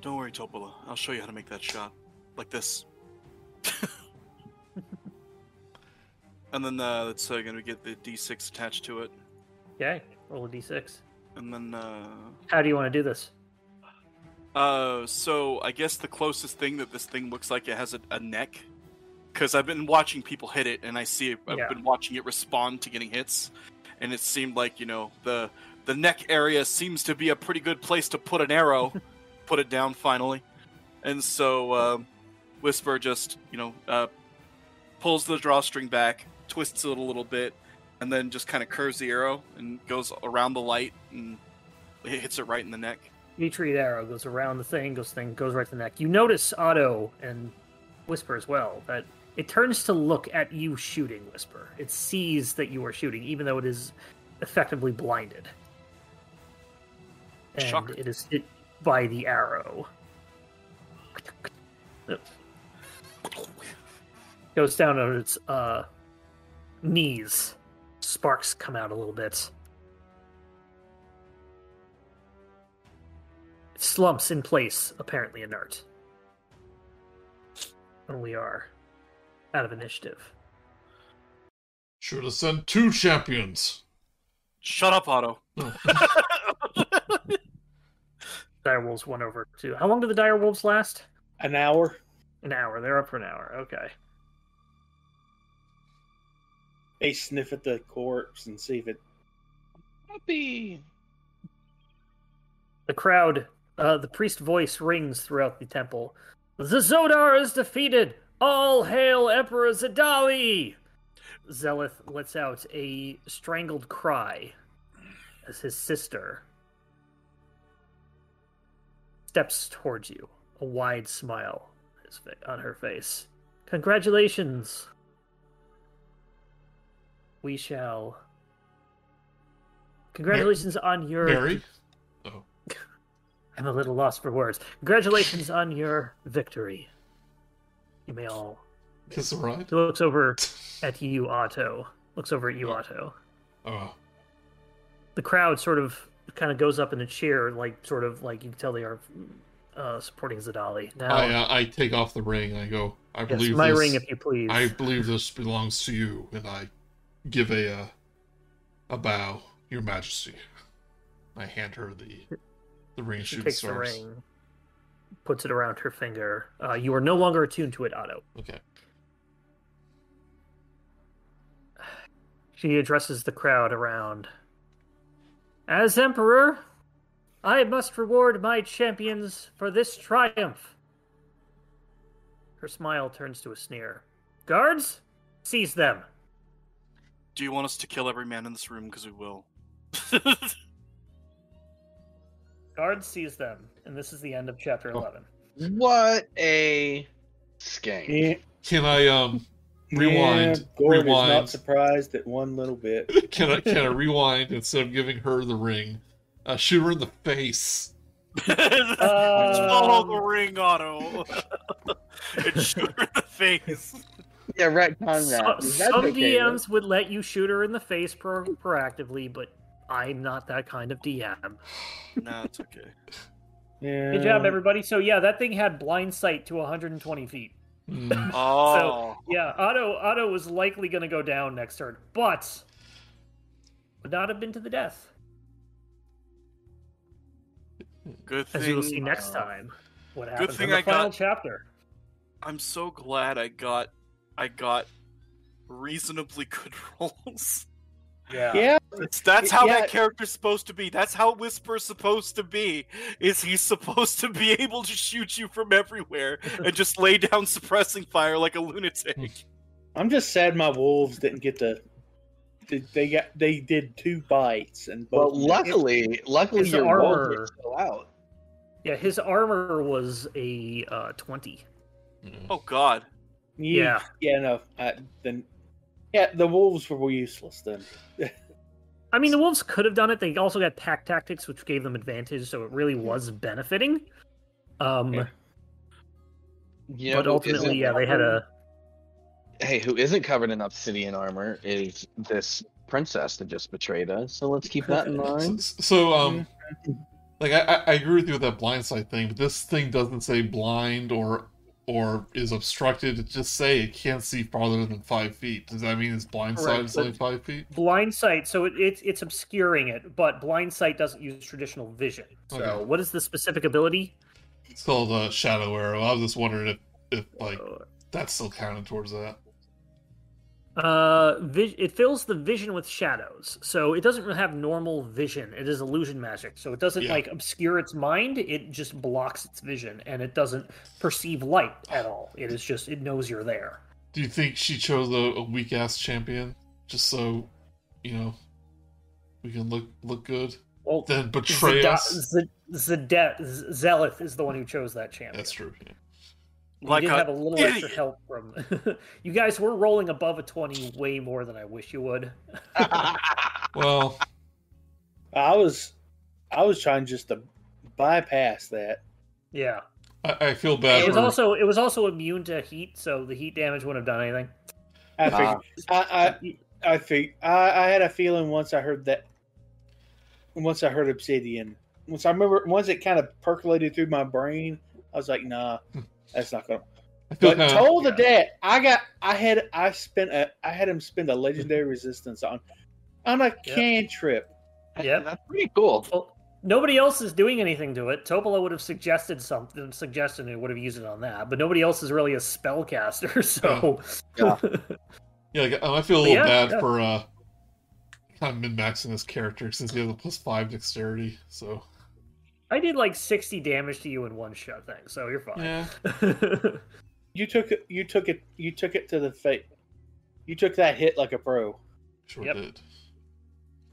[SPEAKER 4] Don't worry, Topola. I'll show you how to make that shot. Like this. and then uh, that's uh, going to get the d6 attached to it.
[SPEAKER 1] Okay, roll a d6.
[SPEAKER 4] And then, uh,
[SPEAKER 1] How do you want to do this?
[SPEAKER 4] uh, so I guess the closest thing that this thing looks like it has a, a neck. Because I've been watching people hit it, and I see it, I've
[SPEAKER 1] Yeah.
[SPEAKER 4] been watching it respond to getting hits, and it seemed like you know the the neck area seems to be a pretty good place to put an arrow, put it down finally, and so um, Whisper just, you know, uh, pulls the drawstring back, twists it a little bit, and then just kind of curves the arrow and goes around the light and it hits it right in the neck.
[SPEAKER 1] Each read arrow goes around the thing, goes thing, goes right to the neck. You notice Otto and Whisper as well that it turns to look at you shooting Whisper. It sees that you are shooting, even though it is effectively blinded. And
[SPEAKER 4] Shocker.
[SPEAKER 1] it is hit by the arrow. Goes down on its uh, knees. Sparks come out a little bit. slumps in place, apparently inert. And we are out of initiative.
[SPEAKER 3] Should have sent two champions.
[SPEAKER 4] Shut up, Otto.
[SPEAKER 1] Direwolves won over to. How long do the direwolves last?
[SPEAKER 2] An hour.
[SPEAKER 1] An hour. They're up for an hour. Okay.
[SPEAKER 2] They sniff at the corpse and see if it.
[SPEAKER 5] Puppy.
[SPEAKER 1] The crowd Uh, the priest voice rings throughout the temple. The Zodar is defeated. All hail Emperor Zadali. Zeloth lets out a strangled cry as his sister steps towards you, a wide smile his fa- on her face. Congratulations. We shall. Congratulations on your.
[SPEAKER 3] Mary?
[SPEAKER 1] I'm a little lost for words. Congratulations on your victory. You may all.
[SPEAKER 3] Kiss her right?
[SPEAKER 1] He looks over at you, Otto. Looks over at you, Otto. Um,
[SPEAKER 3] Oh,
[SPEAKER 1] The crowd sort of kind of goes up in a cheer, like sort of like you can tell they are uh, supporting Zadali. Now,
[SPEAKER 3] I, uh, I take off the ring and I go, I
[SPEAKER 1] yes,
[SPEAKER 3] believe
[SPEAKER 1] my
[SPEAKER 3] this,
[SPEAKER 1] ring, if you please.
[SPEAKER 3] I believe this belongs to you, and I give a uh, a bow, Your Majesty. I hand her the the ring.
[SPEAKER 1] she
[SPEAKER 3] shooting
[SPEAKER 1] takes the
[SPEAKER 3] stars.
[SPEAKER 1] ring, puts it around her finger. Uh, you are no longer attuned to it, Otto.
[SPEAKER 3] Okay.
[SPEAKER 1] She addresses the crowd around. As Emperor, I must reward my champions for this triumph. Her smile turns to a sneer. Guards, seize them.
[SPEAKER 4] Do you want us to kill every man in this room? Because we will.
[SPEAKER 1] Guards, seize them. And this is the end of chapter
[SPEAKER 3] Oh.
[SPEAKER 1] 11.
[SPEAKER 5] What a skank.
[SPEAKER 2] Yeah,
[SPEAKER 3] Can I um Rewind,
[SPEAKER 2] Yeah, Gordon is
[SPEAKER 3] rewind.
[SPEAKER 2] not surprised at one little bit.
[SPEAKER 3] can I can I rewind instead of giving her the ring, uh, shoot her in the face?
[SPEAKER 4] Follow the
[SPEAKER 1] Um,
[SPEAKER 4] ring, Otto. and shoot her in the face.
[SPEAKER 5] Yeah, right on
[SPEAKER 1] So-
[SPEAKER 5] that. That's
[SPEAKER 1] some
[SPEAKER 5] okay, right?
[SPEAKER 1] DMs would let you shoot her in the face pro- proactively, but I'm not that kind of DM.
[SPEAKER 4] Nah, it's okay.
[SPEAKER 2] Yeah.
[SPEAKER 1] Good job, everybody. So yeah, that thing had blind sight to 120 feet.
[SPEAKER 3] Hmm.
[SPEAKER 4] Oh,
[SPEAKER 1] Yeah, Otto Otto was likely going to go down next turn, but would not have been to the death,
[SPEAKER 4] good
[SPEAKER 1] as you
[SPEAKER 4] thing.
[SPEAKER 1] will see next time. What happens
[SPEAKER 4] thing
[SPEAKER 1] in the
[SPEAKER 4] I got-
[SPEAKER 1] final chapter?
[SPEAKER 4] I'm so glad I got, I got reasonably good rolls.
[SPEAKER 2] Yeah.
[SPEAKER 4] That's, that's how
[SPEAKER 2] Yeah.
[SPEAKER 4] that character's supposed to be. That's how Whisper's supposed to be. Is he's supposed to be able to shoot you from everywhere and just lay down suppressing fire like a
[SPEAKER 1] Hmm.
[SPEAKER 4] lunatic.
[SPEAKER 2] I'm just sad my wolves didn't get to. They they got they did two bites and both.
[SPEAKER 5] Well, luckily, luckily
[SPEAKER 1] It's the
[SPEAKER 5] your roll
[SPEAKER 1] armor.
[SPEAKER 5] is still out.
[SPEAKER 1] Yeah, his armor was a uh, 20.
[SPEAKER 3] Yeah.
[SPEAKER 4] Oh God.
[SPEAKER 1] Yeah.
[SPEAKER 2] Yeah. No. I, then. Yeah, the wolves were useless then.
[SPEAKER 1] I mean, the wolves could have done it. They also got pack tactics, which gave them advantage, so it really was benefiting. Um,
[SPEAKER 2] Yeah.
[SPEAKER 5] Yeah,
[SPEAKER 1] but
[SPEAKER 5] who isn't
[SPEAKER 1] ultimately, yeah, they had a
[SPEAKER 5] hey, who isn't covered in obsidian armor is this princess that just betrayed us. So let's keep that in
[SPEAKER 3] So,
[SPEAKER 5] mind.
[SPEAKER 3] so, um, like I, I- I agree with you with that blindside thing, but this thing doesn't say blind or or is obstructed. It just say it can't see farther than five feet. Does that mean it's blindsided is
[SPEAKER 1] but-
[SPEAKER 3] only five feet?
[SPEAKER 1] blind sight, so it, it's it's obscuring it, but blind sight doesn't use traditional vision. So,
[SPEAKER 3] Okay.
[SPEAKER 1] what is the specific ability?
[SPEAKER 3] It's called uh, shadow arrow. I was just wondering if if like
[SPEAKER 1] Uh,
[SPEAKER 3] that's still counted towards that.
[SPEAKER 1] Uh, vis- it fills the vision with shadows, so it doesn't have normal vision. It is illusion magic, so it doesn't
[SPEAKER 3] Yeah.
[SPEAKER 1] like obscure its mind. It just blocks its vision, and it doesn't perceive light at all. It is just it knows you're there.
[SPEAKER 3] Do you think she chose a, a weak ass champion just so you know we can look look good?
[SPEAKER 1] Well,
[SPEAKER 3] Then betray
[SPEAKER 1] Zada-
[SPEAKER 3] us.
[SPEAKER 1] Z- Zade- Z- Zeloth is the one who chose that champion.
[SPEAKER 3] That's true. yeah.
[SPEAKER 1] You
[SPEAKER 4] Like uh,
[SPEAKER 1] did
[SPEAKER 4] a
[SPEAKER 1] have a little extra
[SPEAKER 4] idiot.
[SPEAKER 1] help from you guys. Were rolling above a twenty way more than I wish you would.
[SPEAKER 3] Well,
[SPEAKER 2] I was, I was trying just to bypass that.
[SPEAKER 1] Yeah,
[SPEAKER 3] I, I feel bad.
[SPEAKER 1] it was
[SPEAKER 3] for-
[SPEAKER 1] also it was also immune to heat, so the heat damage wouldn't have done anything.
[SPEAKER 2] I
[SPEAKER 5] Ah.
[SPEAKER 2] figured. I I I think I, I had a feeling once I heard that. Once I heard obsidian, once I remember, once it kind of percolated through my brain, I was like, "Nah, that's not gonna."
[SPEAKER 3] I feel
[SPEAKER 2] But
[SPEAKER 3] kind of.
[SPEAKER 2] told the dad, I got, I had, I spent, a, I had him spend a legendary resistance on, on a
[SPEAKER 1] Yep.
[SPEAKER 2] cantrip.
[SPEAKER 1] Yep.
[SPEAKER 5] That's pretty cool.
[SPEAKER 1] Well, nobody else is doing anything to it. Topola would have suggested something, suggested and would have used it on that, but nobody else is really a spellcaster, so
[SPEAKER 5] Yeah.
[SPEAKER 3] Yeah, like, um, I feel a little
[SPEAKER 1] Yeah,
[SPEAKER 3] bad
[SPEAKER 1] yeah.
[SPEAKER 3] for uh, kind of min maxing this character since he has a plus five dexterity. So
[SPEAKER 1] I did like 60 damage to you in one shot, thanks. So you're fine.
[SPEAKER 3] Yeah.
[SPEAKER 2] You took it. You took it. You took it to the face. You took that hit like a pro.
[SPEAKER 3] Sure
[SPEAKER 1] Yep.
[SPEAKER 3] did.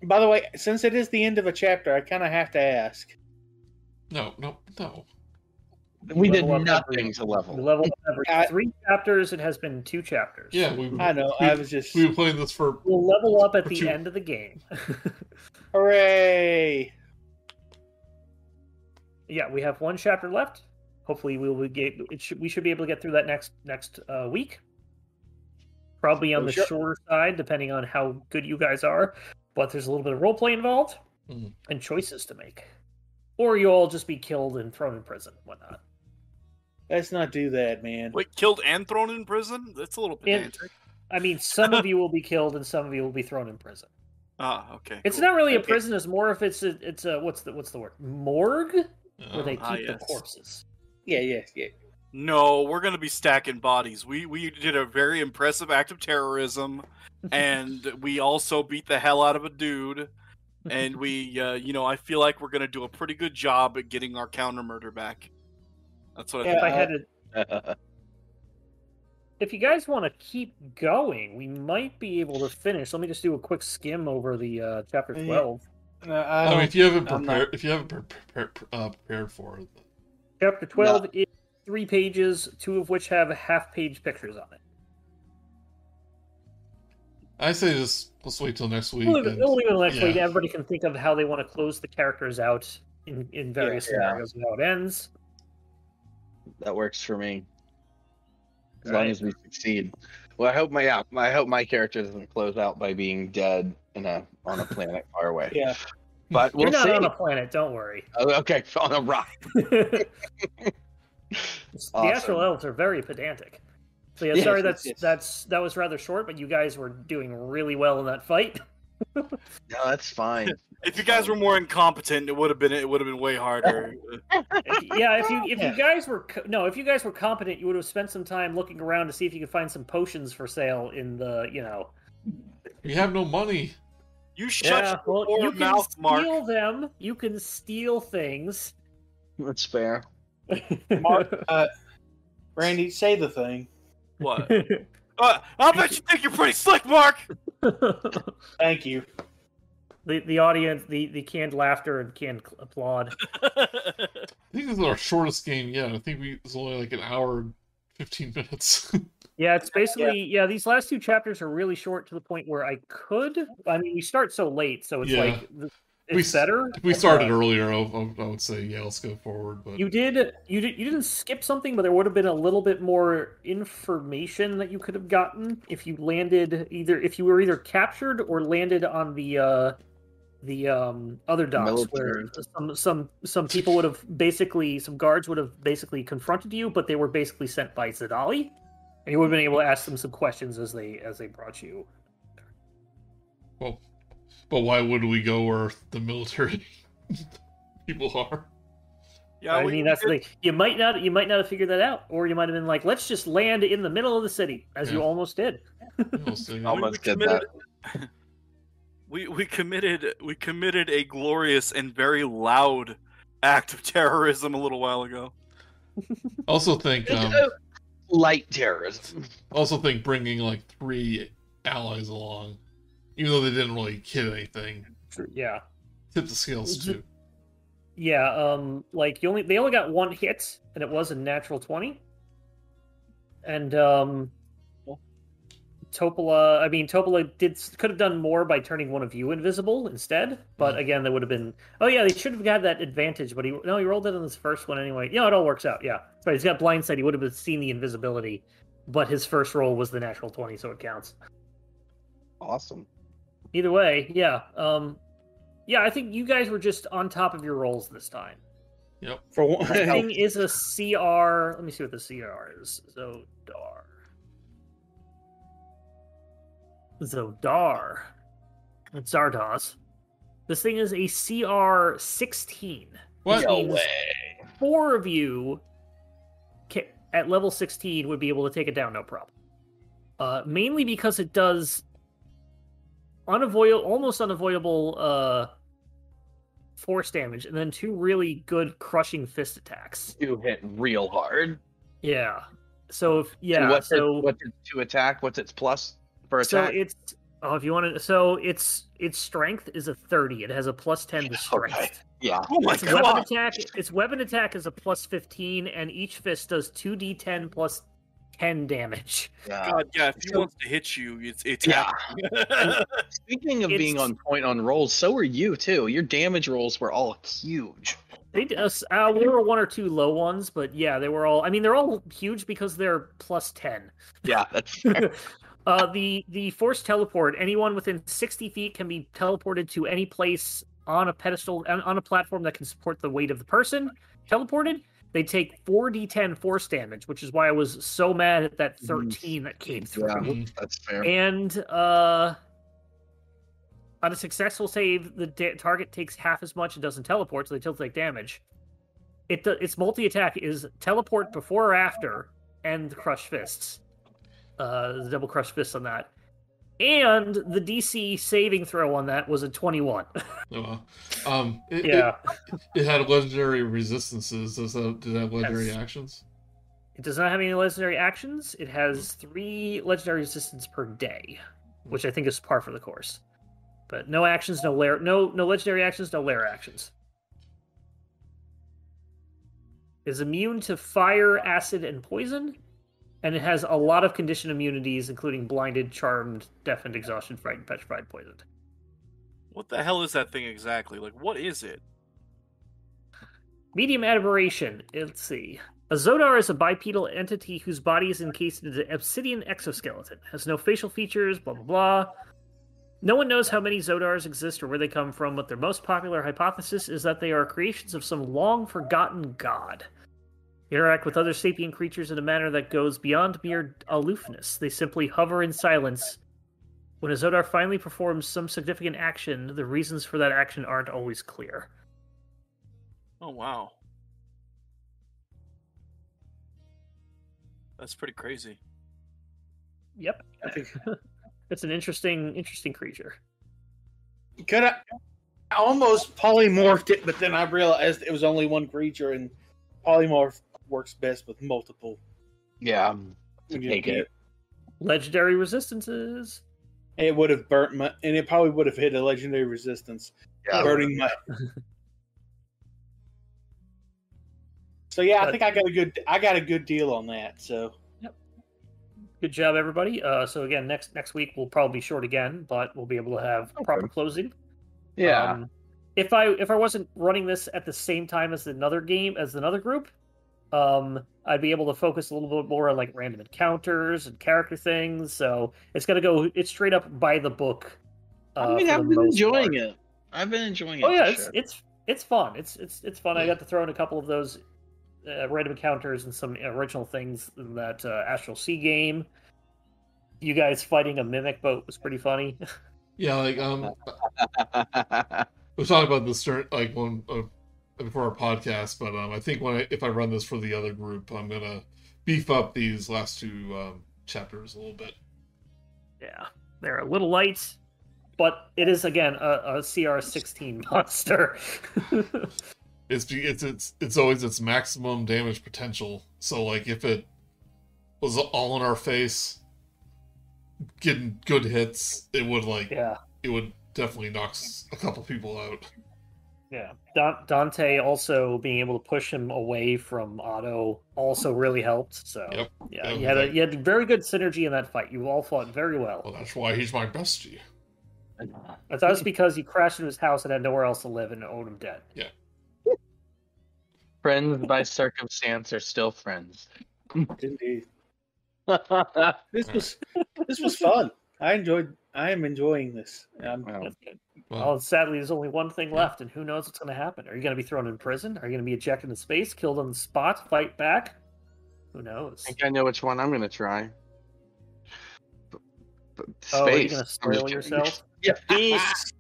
[SPEAKER 2] By the way, since it is the end of a chapter, I kind of have to ask.
[SPEAKER 3] No, no, no.
[SPEAKER 5] We did
[SPEAKER 1] Level up
[SPEAKER 5] nothing to
[SPEAKER 1] We
[SPEAKER 5] level.
[SPEAKER 1] level up every
[SPEAKER 2] I-
[SPEAKER 1] three chapters. It has been two chapters.
[SPEAKER 3] Yeah, we
[SPEAKER 2] I know. I was just
[SPEAKER 3] we were playing this for
[SPEAKER 1] We'll level up at
[SPEAKER 3] But
[SPEAKER 1] the
[SPEAKER 3] you-
[SPEAKER 1] end of the game.
[SPEAKER 2] hooray.
[SPEAKER 1] yeah, we have one chapter left. Hopefully, we will get. It should, we should be able to get through that next next uh, week. Probably on
[SPEAKER 2] Oh,
[SPEAKER 1] the
[SPEAKER 2] sure.
[SPEAKER 1] shorter side, depending on how good you guys are. But there's a little bit of role play involved
[SPEAKER 4] Hmm.
[SPEAKER 3] Mhm.
[SPEAKER 1] and choices to make, or you'll all just be killed and thrown in prison, whatnot.
[SPEAKER 2] Let's not do that, man.
[SPEAKER 4] Wait, killed and thrown in prison? That's a little
[SPEAKER 1] And-
[SPEAKER 4] pedantic.
[SPEAKER 1] I mean, some of you will be killed and some of you will be thrown in prison.
[SPEAKER 4] ah, okay.
[SPEAKER 1] It's
[SPEAKER 4] cool.
[SPEAKER 1] not really a
[SPEAKER 2] It-
[SPEAKER 1] prison; it's more if it's a, it's a what's the what's the word morgue
[SPEAKER 3] uh,
[SPEAKER 1] where they keep
[SPEAKER 4] Ah,
[SPEAKER 1] the
[SPEAKER 4] yes.
[SPEAKER 1] corpses.
[SPEAKER 2] Yeah, yeah, yeah.
[SPEAKER 4] No, we're gonna be stacking bodies. We we did a very impressive act of terrorism, and we also beat the hell out of a dude. And we, uh, you know, I feel like we're gonna do a pretty good job at getting our counter murder back. That's what I
[SPEAKER 1] If
[SPEAKER 4] think.
[SPEAKER 1] I
[SPEAKER 2] Yeah.
[SPEAKER 1] had a, if you guys want to keep going, we might be able to finish. Let me just do a quick skim over the uh, chapter
[SPEAKER 2] Yeah.
[SPEAKER 1] twelve.
[SPEAKER 2] No, I
[SPEAKER 3] I mean,
[SPEAKER 2] don't-
[SPEAKER 3] if you haven't
[SPEAKER 2] I'm
[SPEAKER 3] prepared,
[SPEAKER 2] not-
[SPEAKER 3] if you haven't prepared, uh, prepared for it,
[SPEAKER 1] Chapter twelve is three pages, two of which have half page pictures on it.
[SPEAKER 3] I say just let's wait till next week.
[SPEAKER 1] We'll leave it,
[SPEAKER 3] and-
[SPEAKER 1] we'll leave it till next week.
[SPEAKER 3] yeah.
[SPEAKER 1] Everybody can think of how they want to close the characters out in, in various
[SPEAKER 5] Yeah.
[SPEAKER 1] scenarios and how it ends.
[SPEAKER 5] That works for me. As
[SPEAKER 1] Right.
[SPEAKER 5] long as we succeed. Well, I hope my yeah, I hope my character doesn't close out by being dead in a on a planet far away.
[SPEAKER 2] Yeah.
[SPEAKER 5] But we'll
[SPEAKER 1] You're not
[SPEAKER 5] see.
[SPEAKER 1] on a planet. Don't worry.
[SPEAKER 5] Oh, okay, on a rock.
[SPEAKER 1] The
[SPEAKER 5] Awesome.
[SPEAKER 1] astral elves are very pedantic. So yeah,
[SPEAKER 5] Yes,
[SPEAKER 1] sorry
[SPEAKER 5] yes,
[SPEAKER 1] that's
[SPEAKER 5] yes.
[SPEAKER 1] that's that was rather short, but you guys were doing really well in that fight.
[SPEAKER 5] No, that's fine.
[SPEAKER 4] If you guys were more incompetent, it would have been it would have been way harder. Uh,
[SPEAKER 1] If- yeah, if you if
[SPEAKER 2] Yeah.
[SPEAKER 1] you guys were co- no, if you guys were competent, you would have spent some time looking around to see if you could find some potions for sale in the you know.
[SPEAKER 3] we have no money.
[SPEAKER 4] you shut
[SPEAKER 1] yeah,
[SPEAKER 4] your
[SPEAKER 1] well,
[SPEAKER 4] poor
[SPEAKER 1] you can
[SPEAKER 4] mouth, Mark.
[SPEAKER 1] steal them. You can steal things.
[SPEAKER 5] That's fair.
[SPEAKER 2] Mark, uh, Randy, say the thing.
[SPEAKER 4] What? Uh, I bet you think you're pretty slick, Mark.
[SPEAKER 1] the
[SPEAKER 2] Thank you.
[SPEAKER 1] the audience, the the canned laughter and canned cl- applaud.
[SPEAKER 3] I think this is our shortest game yet. I think we it's only like an hour and fifteen minutes.
[SPEAKER 1] Yeah, it's basically yeah. These last two chapters are really short to the point where I could. I mean, we start so late, so it's
[SPEAKER 3] Yeah.
[SPEAKER 1] like th- it's
[SPEAKER 3] We s-
[SPEAKER 1] better.
[SPEAKER 3] we started
[SPEAKER 1] Uh,
[SPEAKER 3] earlier. I, I would say yeah, let's go forward. But
[SPEAKER 1] You did. You did. You didn't skip something, but there would have been a little bit more information that you could have gotten if you landed either if you were either captured or landed on the uh the um other docks where
[SPEAKER 5] Military.
[SPEAKER 1] some some some people would have basically some guards would have basically confronted you, but they were basically sent by Zadali, and you would have been able to ask them some questions as they as they brought you.
[SPEAKER 3] well, but why would we go where the military people are?
[SPEAKER 4] Yeah,
[SPEAKER 1] I
[SPEAKER 4] we-
[SPEAKER 1] mean,
[SPEAKER 4] we
[SPEAKER 1] that's
[SPEAKER 4] did-
[SPEAKER 1] the thing. You might not, you might not have figured that out, or you might have been like, "Let's just land in the middle of the city," as you
[SPEAKER 3] Yeah.
[SPEAKER 1] almost did.
[SPEAKER 3] We'll see.
[SPEAKER 4] we- we
[SPEAKER 5] Almost did
[SPEAKER 4] committed- we we committed we committed a glorious and very loud act of terrorism a little while ago.
[SPEAKER 3] also think um,
[SPEAKER 5] Light terrorism.
[SPEAKER 3] also think bringing like three allies along, even though they didn't really hit anything,
[SPEAKER 1] Yeah,
[SPEAKER 3] tip the scales too.
[SPEAKER 1] yeah. Um, like you only, they only got one hit, and it was a natural twenty. And um, Topola, I mean, Topola did could have done more by turning one of you invisible instead. But again, that would have been. Oh yeah, they should have got that advantage. But he no, he rolled it on this first one anyway. Yeah, it all works out. Yeah, right. He's got blindsight. He would have seen the invisibility, but his first roll was the natural twenty, so it counts.
[SPEAKER 5] Awesome.
[SPEAKER 1] Either way, yeah. Um, yeah, I think you guys were just on top of your rolls this time.
[SPEAKER 2] For one,
[SPEAKER 1] This thing is a CR. Let me see what the CR is. Zodar. Zodar. It's Zardoz. This thing is a CR 16.
[SPEAKER 3] What?
[SPEAKER 1] No way. Four of you ca- at level 16 would be able to take it down no problem. Uh, mainly because it does unavoidable, almost unavoidable uh, force damage, and then two really good crushing fist attacks.
[SPEAKER 5] You hit real hard.
[SPEAKER 1] Yeah. So if yeah,
[SPEAKER 5] And what's
[SPEAKER 1] so
[SPEAKER 5] it, what's it to attack? What's its plus for
[SPEAKER 1] so
[SPEAKER 5] attack?
[SPEAKER 1] it's oh if you want to so its its strength is a thirty. It has a plus ten to strength.
[SPEAKER 5] yeah.
[SPEAKER 4] Oh my
[SPEAKER 1] Its weapon
[SPEAKER 4] god!
[SPEAKER 1] attack its weapon attack is a plus fifteen, and each fist does two d ten plus ten damage.
[SPEAKER 5] yeah.
[SPEAKER 4] God, yeah, if he
[SPEAKER 5] So-
[SPEAKER 4] wants to hit you, it's attack.
[SPEAKER 5] Speaking of being
[SPEAKER 1] It's-
[SPEAKER 5] on point on rolls, so are you too. Your damage rolls were all huge.
[SPEAKER 1] They d- us- uh, we were one or two low ones, but yeah, they were all. I mean, they're all huge because they're plus ten.
[SPEAKER 5] Yeah, that's
[SPEAKER 1] Uh, the the force teleport. Anyone within sixty feet can be teleported to any place on a pedestal on- on a platform that can support the weight of the person teleported. They take four d10 force damage, which is why I was so mad at that
[SPEAKER 5] Mhm.
[SPEAKER 1] thirteen that came through.
[SPEAKER 5] yeah,
[SPEAKER 3] Mm,
[SPEAKER 5] that's fair.
[SPEAKER 1] And uh, on a successful save, the da- target takes half as much and doesn't teleport, so they still take damage. It do- its multi attack is teleport before or after, and crush fists. Uh, the double crush fists on that, and the DC saving throw on that was a twenty-one.
[SPEAKER 3] Uh, um, it, it-
[SPEAKER 1] yeah,
[SPEAKER 3] it, had legendary resistances. Does that did it have legendary
[SPEAKER 1] Yes.
[SPEAKER 3] actions?
[SPEAKER 1] it does not have any legendary actions. It has three legendary resistance per day, which I think is par for the course. But no actions, no lair, no no legendary actions, no lair actions. Is immune to fire, acid, and poison, and it has a lot of condition immunities, including blinded, charmed, deafened, exhaustion, frightened, petrified, poisoned.
[SPEAKER 4] What the hell is that thing exactly? Like, what is it?
[SPEAKER 1] Medium aberration. Let's see. A Zodar is a bipedal entity whose body is encased in an obsidian exoskeleton, has no facial features, blah, blah, blah. No one knows how many Zodars exist or where they come from, but their most popular hypothesis is that they are creations of some long forgotten god. They interact with other sapient creatures in a manner that goes beyond mere aloofness. They simply hover in silence. When a Zodar finally performs some significant action, the reasons for that action aren't always clear.
[SPEAKER 4] Oh wow, that's pretty crazy.
[SPEAKER 1] Yep.
[SPEAKER 2] I think-
[SPEAKER 1] It's an interesting, interesting creature.
[SPEAKER 2] Could I? I almost polymorphed it, but then I realized it was only one creature, and polymorph works best with multiple.
[SPEAKER 5] Yeah, um, take it.
[SPEAKER 1] Legendary resistances.
[SPEAKER 2] It would have burnt my, and it probably would have hit a legendary resistance,
[SPEAKER 5] Yeah,
[SPEAKER 2] burning my. so yeah, I think I got a good, I got a good deal on that. So
[SPEAKER 1] Good job, everybody. Uh, so again, next next week we'll probably be short again, but we'll be able to have proper closing.
[SPEAKER 5] yeah.
[SPEAKER 1] Um, if I if I wasn't running this at the same time as another game as another group, um, I'd be able to focus a little bit more on like random encounters and character things. So it's gonna go. It's straight up by the book. uh,
[SPEAKER 5] I mean, I've been enjoying it. I've been enjoying it.
[SPEAKER 1] Oh yeah,
[SPEAKER 5] for
[SPEAKER 1] it's
[SPEAKER 5] sure.
[SPEAKER 1] it's it's fun. It's it's it's fun. I
[SPEAKER 5] Yeah.
[SPEAKER 1] got to throw in a couple of those uh, random encounters and some original things in that uh, Astral Sea game. You guys fighting a mimic boat was pretty funny.
[SPEAKER 3] Yeah, like um, we talked about this during, like one uh, before our podcast, but um, I think when I, if I run this for the other group, I'm gonna beef up these last two um, chapters a little bit.
[SPEAKER 1] yeah, they're a little light, but it is again a, a CR sixteen monster.
[SPEAKER 3] It's be- it's it's it's always its maximum damage potential. So like if it was all in our face, getting good hits, it would like
[SPEAKER 1] yeah,
[SPEAKER 3] it would definitely knock s- a couple people out.
[SPEAKER 1] yeah. Da- Dante also being able to push him away from Otto also really helped. So
[SPEAKER 3] Yep.
[SPEAKER 1] yeah,
[SPEAKER 3] Yeah,
[SPEAKER 1] you had a,
[SPEAKER 3] exactly.
[SPEAKER 1] you had very good synergy in that fight. You all fought very well.
[SPEAKER 3] Well, that's why he's my bestie.
[SPEAKER 1] I thought it was because he crashed into his house and had nowhere else to live and owed him debt.
[SPEAKER 5] friends by circumstance are still friends.
[SPEAKER 2] indeed,
[SPEAKER 5] wow.
[SPEAKER 2] this was this was fun. I enjoyed. I am enjoying this. Um,
[SPEAKER 5] Oh.
[SPEAKER 1] That's good.
[SPEAKER 3] Well,
[SPEAKER 1] Well, sadly, there's only one thing left, and who knows what's going to happen? Are you going to be thrown in prison? Are you going to be ejected into space, killed on the spot, fight back? Who knows?
[SPEAKER 5] I think I know which one I'm gonna try. But- but
[SPEAKER 1] Oh, are you
[SPEAKER 5] Space.
[SPEAKER 1] going to
[SPEAKER 5] I'm just
[SPEAKER 1] spoil
[SPEAKER 5] kidding.
[SPEAKER 1] yourself?
[SPEAKER 2] peace.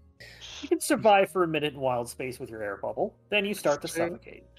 [SPEAKER 1] You can survive for a minute in wild space with your air bubble. Then you start to
[SPEAKER 5] Sure.
[SPEAKER 1] suffocate.